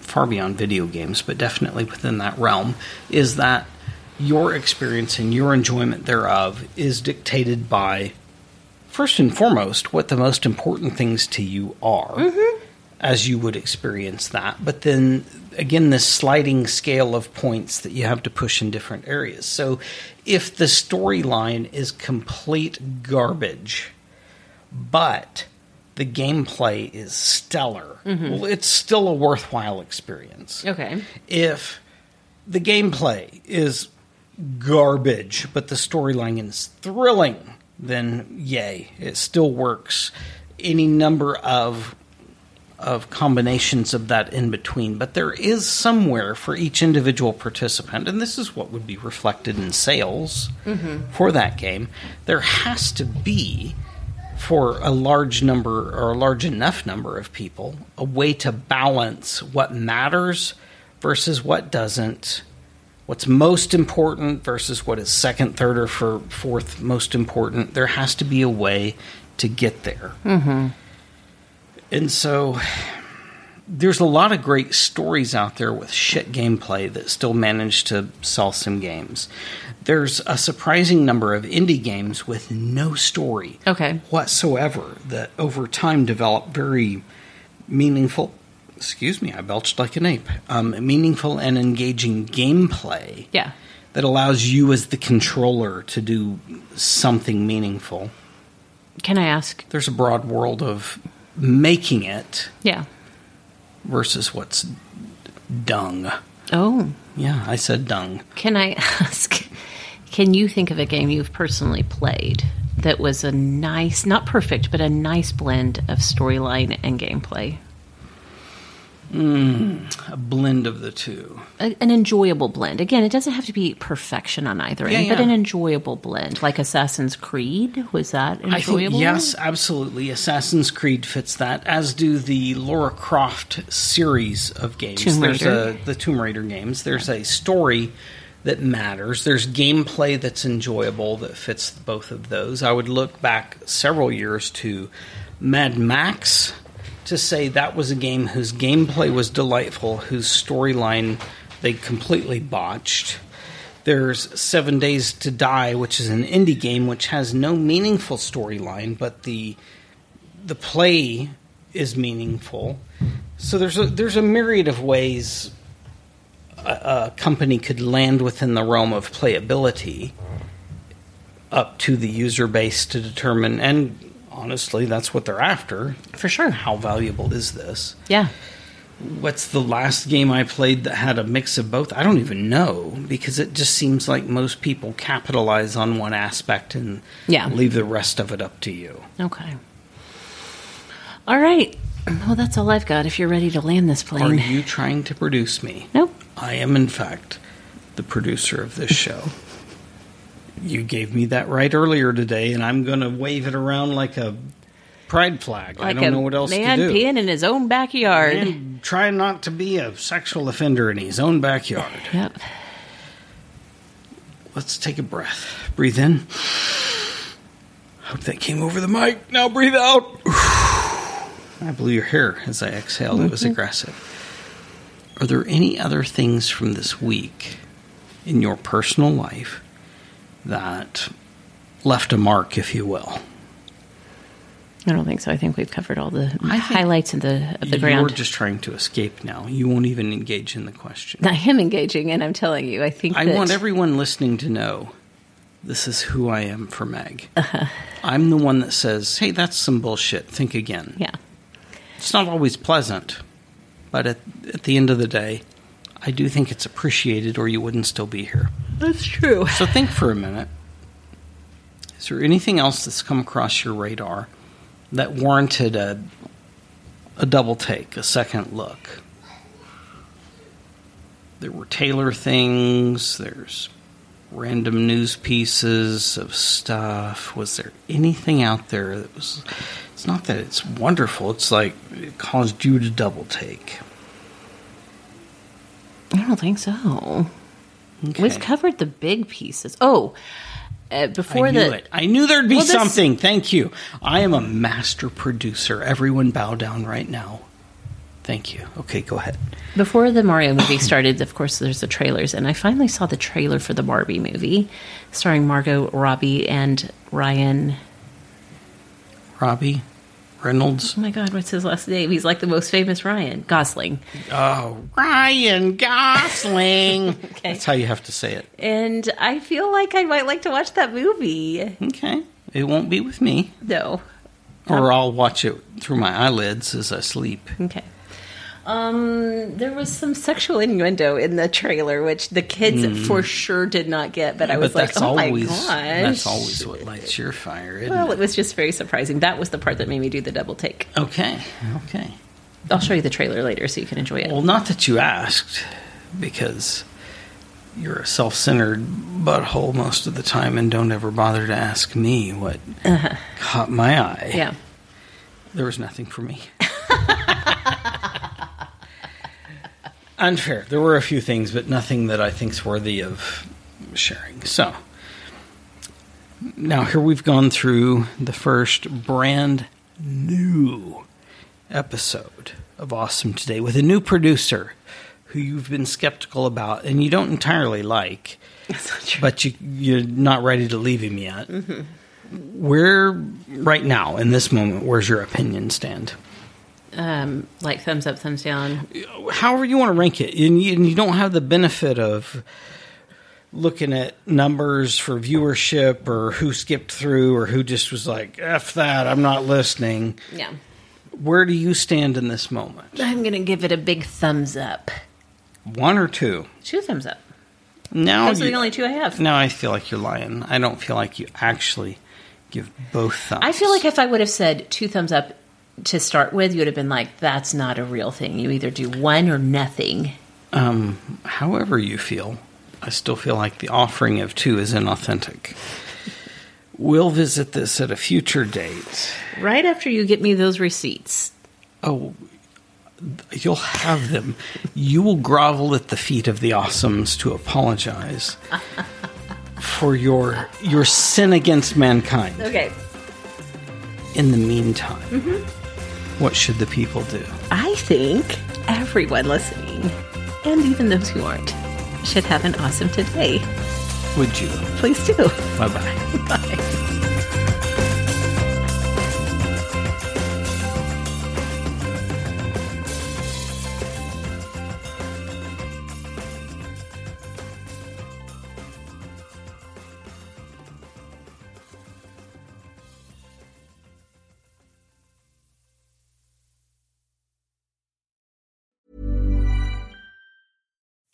Speaker 3: far beyond video games, but definitely within that realm, is that your experience and your enjoyment thereof is dictated by, first and foremost, what the most important things to you are. As you would experience that. But then again, this sliding scale of points that you have to push in different areas. So if the storyline is complete garbage, but the gameplay is stellar. Well, it's still a worthwhile experience.
Speaker 2: Okay.
Speaker 3: If the gameplay is garbage, but the storyline is thrilling, then yay, it still works. Any number of of combinations of that in between, but there is somewhere for each individual participant, and this is what would be reflected in sales for that game. There has to be, for a large number or a large enough number of people, a way to balance what matters versus what doesn't, what's most important versus what is second, third, or for fourth most important. There has to be a way to get there. And so there's a lot of great stories out there with shit gameplay that still manage to sell some games. There's a surprising number of indie games with no story
Speaker 2: Okay.
Speaker 3: whatsoever that over time develop very meaningful. Excuse me, I belched like an ape. Um, meaningful and engaging gameplay
Speaker 2: Yeah.
Speaker 3: that allows you as the controller to do something meaningful.
Speaker 2: Can I ask?
Speaker 3: There's a broad world of making it
Speaker 2: Yeah.
Speaker 3: versus what's dung.
Speaker 2: Oh,
Speaker 3: Yeah, I said dung.
Speaker 2: can I ask? Can you think of a game you've personally played that was a nice, not perfect, but a nice blend of storyline and gameplay?
Speaker 3: Mm, A blend of the two.
Speaker 2: A, an enjoyable blend. Again, it doesn't have to be perfection on either
Speaker 3: Yeah,
Speaker 2: end, but
Speaker 3: yeah.
Speaker 2: an enjoyable blend. Like Assassin's Creed, was that enjoyable?
Speaker 3: I think yes, absolutely. Assassin's Creed fits that, as do the Laura Croft series of games.
Speaker 2: Tomb
Speaker 3: There's
Speaker 2: Raider.
Speaker 3: a, the Tomb Raider games. There's a story that matters. There's gameplay that's enjoyable that fits both of those. I would look back several years to Mad Max to say that was a game whose gameplay was delightful, whose storyline they completely botched. There's Seven Days to Die, which is an indie game which has no meaningful storyline, but the the play is meaningful. So there's a there's a myriad of ways a, a company could land within the realm of playability, up to the user base to determine. And honestly, that's what they're after.
Speaker 2: For sure.
Speaker 3: How valuable is this?
Speaker 2: Yeah.
Speaker 3: What's the last game I played that had a mix of both? I don't even know because it just seems like most people capitalize on one aspect and
Speaker 2: Yeah.
Speaker 3: leave the rest of it up to you.
Speaker 2: Okay. All right. Well, that's all I've got. If you're ready to land this
Speaker 3: Are
Speaker 2: plane,
Speaker 3: you trying to produce me?
Speaker 2: Nope.
Speaker 3: I am, in fact, the producer of this show. You gave me that right earlier today, and I'm going to wave it around like a pride flag. I
Speaker 2: like
Speaker 3: don't
Speaker 2: a
Speaker 3: know what else
Speaker 2: man
Speaker 3: to do.
Speaker 2: peeing in his own backyard.
Speaker 3: And try not to be a sexual offender in his own backyard.
Speaker 2: Yep.
Speaker 3: Let's take a breath. Breathe in. Hope that came over the mic. Now breathe out. I blew your hair as I exhaled. It was
Speaker 2: Mm-hmm.
Speaker 3: aggressive. Are there any other things from this week in your personal life that left a mark, if you will?
Speaker 2: I don't think so. I think we've covered all the
Speaker 3: I think
Speaker 2: highlights of the of the
Speaker 3: You're
Speaker 2: ground.
Speaker 3: just trying to escape now. You won't even engage in the question.
Speaker 2: I am engaging, and I'm telling you, I think
Speaker 3: I
Speaker 2: that-
Speaker 3: want everyone listening to know this is who I am for Meg. I'm the one that says, hey, that's some bullshit. Think again.
Speaker 2: Yeah,
Speaker 3: It's not always pleasant, but at, at the end of the day, I do think it's appreciated or you wouldn't still be here.
Speaker 2: that's true.
Speaker 3: So think for a minute. Is there anything else that's come across your radar that warranted a, a double take, a second look? There were Taylor things, there's random news pieces of stuff. Was there anything out there that was. It's not that it's wonderful, it's like it caused you to double take.
Speaker 2: I don't think so. We've covered the big pieces. Oh, uh, before
Speaker 3: I knew
Speaker 2: the
Speaker 3: it. I knew there'd be
Speaker 2: Well, this-
Speaker 3: something. Thank you. I am a master producer. Everyone bow down right now. Thank you. Okay, go ahead.
Speaker 2: before the Mario movie started, of course, there's the trailers, and I finally saw the trailer for the Barbie movie, starring Margot Robbie and Ryan.
Speaker 3: Robbie Reynolds.
Speaker 2: Oh my God, what's his last name? He's like the most famous Ryan Gosling.
Speaker 3: Oh, Ryan Gosling. That's how you have to say it.
Speaker 2: And I feel like I might like to watch that movie.
Speaker 3: Okay. It won't be with me,
Speaker 2: No.
Speaker 3: or
Speaker 2: Um,
Speaker 3: I'll watch it through my eyelids as I sleep.
Speaker 2: Okay. Um, there was some sexual innuendo in the trailer, which the kids for sure did not get. But I
Speaker 3: Hmm.
Speaker 2: was
Speaker 3: but
Speaker 2: like,
Speaker 3: that's
Speaker 2: "Oh my
Speaker 3: always
Speaker 2: gosh!"
Speaker 3: that's always what lights your fire. Isn't
Speaker 2: Well,
Speaker 3: it?
Speaker 2: it was just very surprising. That was the part that made me do the double take.
Speaker 3: Okay. Okay.
Speaker 2: I'll show you the trailer later so you can enjoy it.
Speaker 3: Well, not that you asked, because you're a self centered butthole most of the time and don't ever bother to ask me what
Speaker 2: Uh-huh.
Speaker 3: caught my eye.
Speaker 2: yeah.
Speaker 3: There was nothing for me. Unfair. There were a few things, but nothing that I think's worthy of sharing. So now here we've gone through the first brand new episode of Awesome Today with a new producer who you've been skeptical about and you don't entirely like, but you, you're not ready to leave him yet. Where, right now, in this moment, where's your opinion stand?
Speaker 2: Um, like thumbs up, thumbs down.
Speaker 3: however you want to rank it, and you, and you don't have the benefit of looking at numbers for viewership or who skipped through or who just was like "f that," I'm not listening.
Speaker 2: Yeah.
Speaker 3: Where do you stand in this moment?
Speaker 2: I'm going to give it a big thumbs up.
Speaker 3: One or two?
Speaker 2: Two thumbs up.
Speaker 3: Now
Speaker 2: Those are the
Speaker 3: Oh, you-
Speaker 2: only two I have.
Speaker 3: Now I feel like you're lying. I don't feel like you actually give both thumbs.
Speaker 2: I feel like if I would have said two thumbs up to start with, you would have been like, that's not a real thing. You either do one or nothing.
Speaker 3: um, however you feel, I still feel like the offering of two is inauthentic. We'll visit this at a future date.
Speaker 2: Right after you get me those receipts.
Speaker 3: Oh, you'll have them. You will grovel at the feet of the awesomes to apologize for your your sin against mankind.
Speaker 2: Okay.
Speaker 3: In the meantime, what should the people do?
Speaker 2: I think everyone listening, and even those who aren't, should have an awesome today.
Speaker 3: Would you?
Speaker 2: Please do.
Speaker 3: Bye bye.
Speaker 2: Bye.